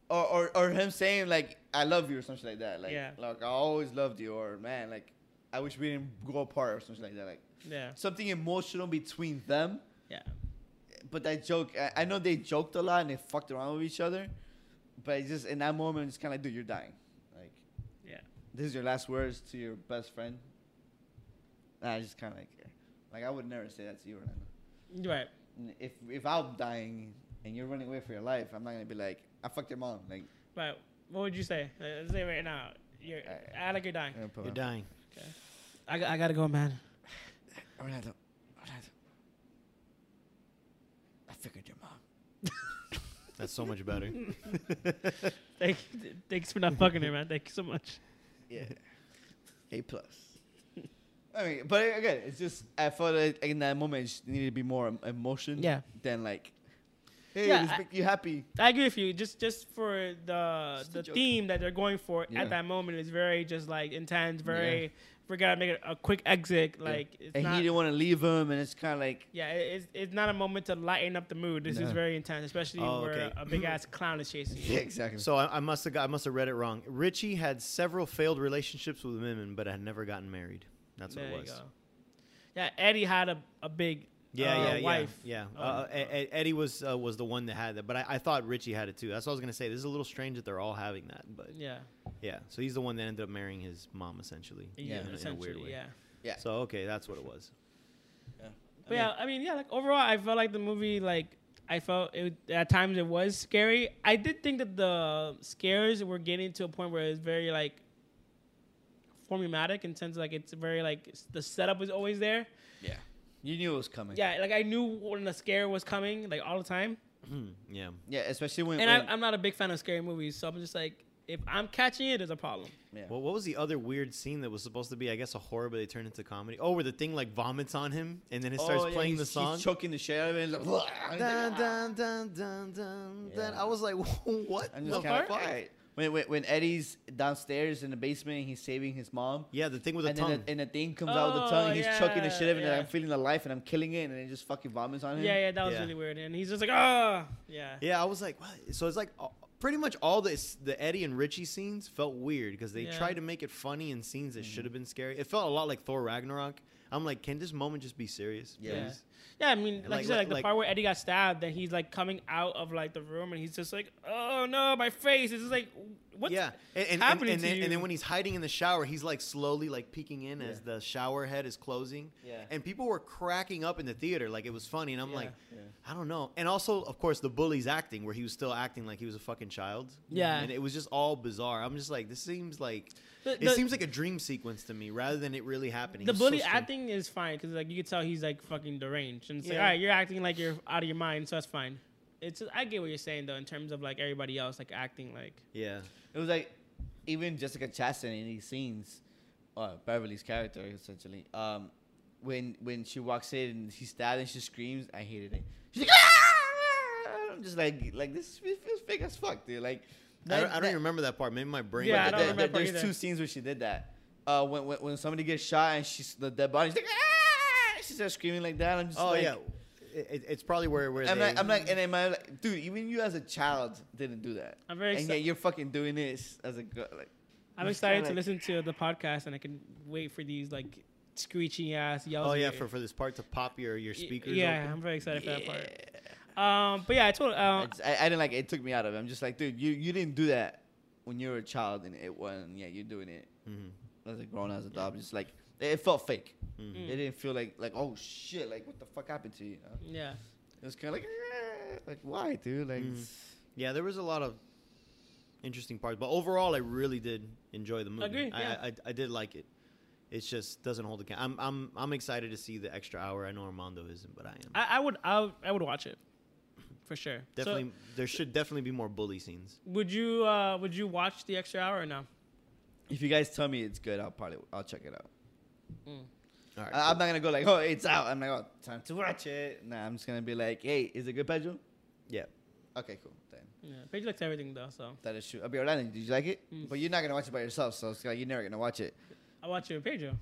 [SPEAKER 1] or, or or him saying like I love you or something like that. Like
[SPEAKER 3] Yeah.
[SPEAKER 1] like I always loved you or man like I wish we didn't go apart or something like that. Like
[SPEAKER 3] Yeah,
[SPEAKER 1] something emotional between them.
[SPEAKER 3] yeah.
[SPEAKER 1] But that joke, I, I know they joked a lot and they fucked around with each other, but it's just in that moment, it's kind of like, dude, you're dying. Like
[SPEAKER 3] Yeah.
[SPEAKER 1] this is your last words to your best friend. And I just kind of like, eh. like I would never say that to you, Orlando.
[SPEAKER 3] You're Right.
[SPEAKER 1] N- if if I'm dying and you're running away for your life, I'm not gonna be like I fucked your mom. Like
[SPEAKER 3] But what would you say? Uh, Let's say right now, you're
[SPEAKER 1] I-
[SPEAKER 3] I like you're dying.
[SPEAKER 1] I'm gonna put
[SPEAKER 2] You're
[SPEAKER 1] my-
[SPEAKER 2] dying.
[SPEAKER 3] I, got- I gotta go, man.
[SPEAKER 1] Orlando, Orlando. I figured your mom.
[SPEAKER 2] That's so much better.
[SPEAKER 3] Thank, thanks for not fucking her, man. Thank you so much.
[SPEAKER 1] Yeah, A plus. I mean, but again, it's just I felt like in that moment it just needed to be more em- emotion.
[SPEAKER 3] Yeah.
[SPEAKER 1] Than like Hey,
[SPEAKER 3] Yeah,
[SPEAKER 1] let's
[SPEAKER 3] I-
[SPEAKER 1] make you happy.
[SPEAKER 3] I agree with you. Just just for the
[SPEAKER 1] Just a
[SPEAKER 3] the
[SPEAKER 1] joke.
[SPEAKER 3] theme that they're going for
[SPEAKER 1] Yeah.
[SPEAKER 3] at that moment is very just like intense. Very we gotta make a, a quick exit. Like it's
[SPEAKER 1] and
[SPEAKER 3] not.
[SPEAKER 1] he didn't want to leave him, and it's kind of like
[SPEAKER 3] yeah, it- it's, it's not a moment to lighten up the mood. This is
[SPEAKER 1] No.
[SPEAKER 3] very intense, especially
[SPEAKER 2] Oh,
[SPEAKER 3] where
[SPEAKER 2] okay.
[SPEAKER 3] a big ass clown is chasing you.
[SPEAKER 1] yeah, exactly.
[SPEAKER 2] So I, I must have got, I must have read it wrong. Richie had several failed relationships with women, but had never gotten married. That's what
[SPEAKER 3] There
[SPEAKER 2] it
[SPEAKER 3] you
[SPEAKER 2] was.
[SPEAKER 3] go. Yeah, Eddie had a, a big
[SPEAKER 2] Yeah,
[SPEAKER 3] uh,
[SPEAKER 2] yeah, yeah,
[SPEAKER 3] wife.
[SPEAKER 2] Yeah,
[SPEAKER 3] Oh,
[SPEAKER 2] Uh, E- E- Eddie was uh, was the one that had that, but I, I thought Richie had it too. That's what I was gonna say. This is a little strange that they're all having that, but
[SPEAKER 3] yeah,
[SPEAKER 2] yeah. So he's the one that ended up marrying his mom essentially.
[SPEAKER 3] yeah,
[SPEAKER 2] in a- in, a
[SPEAKER 3] essentially,
[SPEAKER 2] weird way.
[SPEAKER 3] yeah.
[SPEAKER 1] Yeah.
[SPEAKER 2] So okay, that's what it was.
[SPEAKER 3] But yeah, I mean, yeah, like overall, I felt like the movie, like, I felt it, at times it was scary. I did think that the scares were getting to a point where it's very, like, formatic in sense, like, it's very, like, s- the setup is always there.
[SPEAKER 1] yeah, you knew it was coming.
[SPEAKER 3] Yeah, like, I knew when the scare was coming, like, all the time.
[SPEAKER 2] yeah.
[SPEAKER 1] yeah, especially when.
[SPEAKER 3] And
[SPEAKER 1] when
[SPEAKER 3] I, I'm not a big fan of scary movies, so I'm just like, if I'm catching it, there's a problem.
[SPEAKER 1] yeah.
[SPEAKER 2] Well, what was the other weird scene that was supposed to be, I guess, a horror, but they turned into comedy? Oh, where the thing like vomits on him and then it starts
[SPEAKER 1] Oh, yeah,
[SPEAKER 2] playing
[SPEAKER 1] he's-
[SPEAKER 2] the song.
[SPEAKER 1] He's choking the shit out of it. and he's like, "Blah," and he's like,
[SPEAKER 2] Dun, dun, dun, dun, dun, dun.
[SPEAKER 1] Yeah.
[SPEAKER 2] I was like, what?
[SPEAKER 1] I'm
[SPEAKER 2] the
[SPEAKER 1] just
[SPEAKER 3] What
[SPEAKER 1] kind of
[SPEAKER 3] part?
[SPEAKER 1] quiet. When, when, when Eddie's downstairs in the basement and he's saving his mom,
[SPEAKER 2] Yeah, the thing with the
[SPEAKER 1] and
[SPEAKER 2] tongue.
[SPEAKER 1] then the, and the thing comes out with the
[SPEAKER 3] Oh,
[SPEAKER 1] tongue, he's choking the
[SPEAKER 3] yeah,
[SPEAKER 1] shit out of it,
[SPEAKER 3] yeah.
[SPEAKER 1] and I'm feeling the life and I'm killing it, and it just fucking vomits on him.
[SPEAKER 3] Yeah, yeah, that was
[SPEAKER 2] Uh-huh. Yeah.
[SPEAKER 3] really weird. And he's just like, ah, yeah.
[SPEAKER 2] yeah, I was like, what? So it's like uh, pretty much all this, the Eddie and Richie scenes felt weird because they
[SPEAKER 3] Yeah.
[SPEAKER 2] tried to make it funny in scenes that should have been scary. It felt a lot like Thor Ragnarok. I'm like, can this moment just be serious?
[SPEAKER 1] Yeah.
[SPEAKER 2] please?
[SPEAKER 3] Yeah, I mean, like,
[SPEAKER 2] like-
[SPEAKER 3] you said, like, the
[SPEAKER 2] like-
[SPEAKER 3] part where Eddie got stabbed, and he's like coming out of like the room, and he's just like, "Oh no, my face!" It's just like, what?
[SPEAKER 2] yeah, and, and,
[SPEAKER 3] happening
[SPEAKER 2] and, and
[SPEAKER 3] to
[SPEAKER 2] then, and then
[SPEAKER 3] you?
[SPEAKER 2] when he's hiding in the shower, he's like slowly like peeking in as the shower head is closing.
[SPEAKER 1] Yeah.
[SPEAKER 2] and people were cracking up in the theater, like it was funny, and I'm
[SPEAKER 3] Yeah.
[SPEAKER 2] like,
[SPEAKER 1] Yeah.
[SPEAKER 2] I don't know. And also, of course, the bully's acting, where he was still acting like he was a fucking child.
[SPEAKER 3] Yeah.
[SPEAKER 2] and it was just all bizarre. I'm just like, this seems like
[SPEAKER 3] The-
[SPEAKER 2] it
[SPEAKER 3] the-
[SPEAKER 2] seems like a dream sequence to me, rather than it really happening.
[SPEAKER 3] The
[SPEAKER 2] It was so
[SPEAKER 3] bully
[SPEAKER 2] strange.
[SPEAKER 3] acting is fine because like you could tell he's like fucking deranged, and it's like,
[SPEAKER 2] Yeah.
[SPEAKER 3] all right, you're acting like you're out of your mind, so that's fine. It's I get what you're saying though in terms of like everybody else like acting like
[SPEAKER 2] Yeah,
[SPEAKER 1] It was like even Jessica Chastain in these scenes, uh, Beverly's character essentially. Um, when when she walks in and she's stabbed and she screams, I hated it. She's like, "Ah!" I'm just like like this fe- feels fake as fuck, dude. Like
[SPEAKER 2] I don't, I don't even remember that part. Maybe my brain.
[SPEAKER 3] Yeah, I
[SPEAKER 1] that-
[SPEAKER 3] don't
[SPEAKER 1] that-
[SPEAKER 3] remember
[SPEAKER 1] that-
[SPEAKER 3] that part
[SPEAKER 1] There's
[SPEAKER 3] either.
[SPEAKER 1] two scenes where she did that. Uh, when, when when somebody gets shot and she's the dead body, she's like, ah! she starts screaming like that. I'm just
[SPEAKER 2] Oh
[SPEAKER 1] like,
[SPEAKER 2] yeah, It- it, it's probably where where
[SPEAKER 1] I'm
[SPEAKER 2] they,
[SPEAKER 1] like, I'm like, and am I like, dude? Even you as a child didn't do that.
[SPEAKER 3] I'm very
[SPEAKER 1] and
[SPEAKER 3] exci-
[SPEAKER 1] yet you're fucking doing this as a girl. Like,
[SPEAKER 3] I'm
[SPEAKER 1] It's
[SPEAKER 3] excited to
[SPEAKER 1] kinda
[SPEAKER 3] listen to the podcast and I can wait for these like screeching ass yells.
[SPEAKER 2] Oh
[SPEAKER 3] in
[SPEAKER 2] yeah,
[SPEAKER 3] your-
[SPEAKER 2] for, for this part to pop your your
[SPEAKER 3] y-
[SPEAKER 2] speakers.
[SPEAKER 3] Yeah,
[SPEAKER 2] open.
[SPEAKER 3] I'm very excited for
[SPEAKER 1] yeah.
[SPEAKER 3] that part. Um, but yeah, I told
[SPEAKER 1] I,
[SPEAKER 3] um,
[SPEAKER 1] just- I, I didn't like it. It took me out of it. I'm just like, dude, you, you didn't do that when you were a child and it wasn't. Yeah, you're doing it
[SPEAKER 2] Mm-hmm.
[SPEAKER 1] as a grown as a dog. Just like it, it felt fake.
[SPEAKER 3] Mm.
[SPEAKER 1] It didn't feel like like oh shit, like what the fuck happened to you? you know?
[SPEAKER 3] yeah.
[SPEAKER 1] It was kind of like "Ah," like why, dude? Like
[SPEAKER 2] Mhm.
[SPEAKER 1] it's-
[SPEAKER 2] Yeah, there was a lot of interesting parts, but overall, I really did enjoy the movie.
[SPEAKER 3] Agree,
[SPEAKER 2] I,
[SPEAKER 3] yeah.
[SPEAKER 2] I, I, I did like it. It just doesn't hold the can. I'm I'm I'm excited to see the extra hour. I know Armando isn't, but I am.
[SPEAKER 3] I, I would I would, I would watch it for sure. So,
[SPEAKER 2] definitely, there should definitely be more bully scenes.
[SPEAKER 3] would you uh, would you watch the extra hour or no?
[SPEAKER 1] if you guys tell me it's good, I'll probably I'll check it out.
[SPEAKER 3] Mm.
[SPEAKER 2] All right,
[SPEAKER 1] I, I'm not gonna go like oh it's out. I'm like oh time to watch it. Nah, I'm just gonna be like hey, is it good, Pedro?
[SPEAKER 2] yeah.
[SPEAKER 1] Okay, cool. Then
[SPEAKER 3] Yeah, Paige likes everything though, so
[SPEAKER 1] that is true. I'll be Orlando. Did you like it?
[SPEAKER 3] Mm.
[SPEAKER 1] But you're not gonna watch it by yourself, so it's like you're never gonna watch it.
[SPEAKER 3] I watch it with Pedro.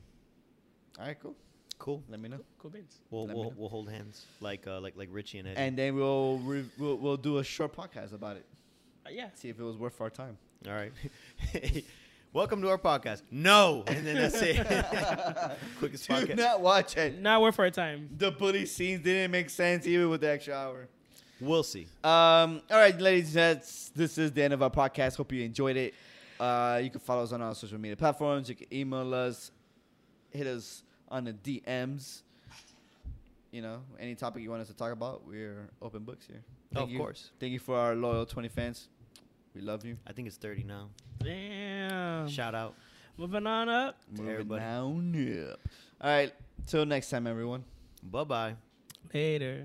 [SPEAKER 1] All right, cool.
[SPEAKER 2] Cool.
[SPEAKER 1] Let me know.
[SPEAKER 3] Cool beans.
[SPEAKER 2] We'll
[SPEAKER 1] Let me
[SPEAKER 2] we'll,
[SPEAKER 1] know.
[SPEAKER 2] we'll hold hands like uh, like like Richie and Eddie.
[SPEAKER 1] and then we'll, re- we'll we'll do a short podcast about it.
[SPEAKER 3] Uh, yeah.
[SPEAKER 1] See if it was worth our time.
[SPEAKER 2] All right. Welcome to our podcast. No, and then that's it. Quickest
[SPEAKER 1] Do
[SPEAKER 2] podcast.
[SPEAKER 1] not watch it.
[SPEAKER 3] Not worth our time.
[SPEAKER 1] The bully scenes didn't make sense even with the extra hour.
[SPEAKER 2] We'll see.
[SPEAKER 1] Um, all right, ladies and gents, this is the end of our podcast. Hope you enjoyed it. Uh, you can follow us on our social media platforms. You can email us, hit us on the DMs. You know, any topic you want us to talk about, we're open books here.
[SPEAKER 2] Oh,
[SPEAKER 1] Thank
[SPEAKER 2] of
[SPEAKER 1] you.
[SPEAKER 2] course.
[SPEAKER 1] Thank you for our loyal 20 fans. We love you.
[SPEAKER 2] I think it's thirty now.
[SPEAKER 1] Um,
[SPEAKER 3] Damn.
[SPEAKER 2] Shout out.
[SPEAKER 3] Moving on up.
[SPEAKER 2] To
[SPEAKER 1] Moving
[SPEAKER 2] everybody.
[SPEAKER 1] down, up. All right, till next time, everyone.
[SPEAKER 2] Bye bye.
[SPEAKER 3] Later.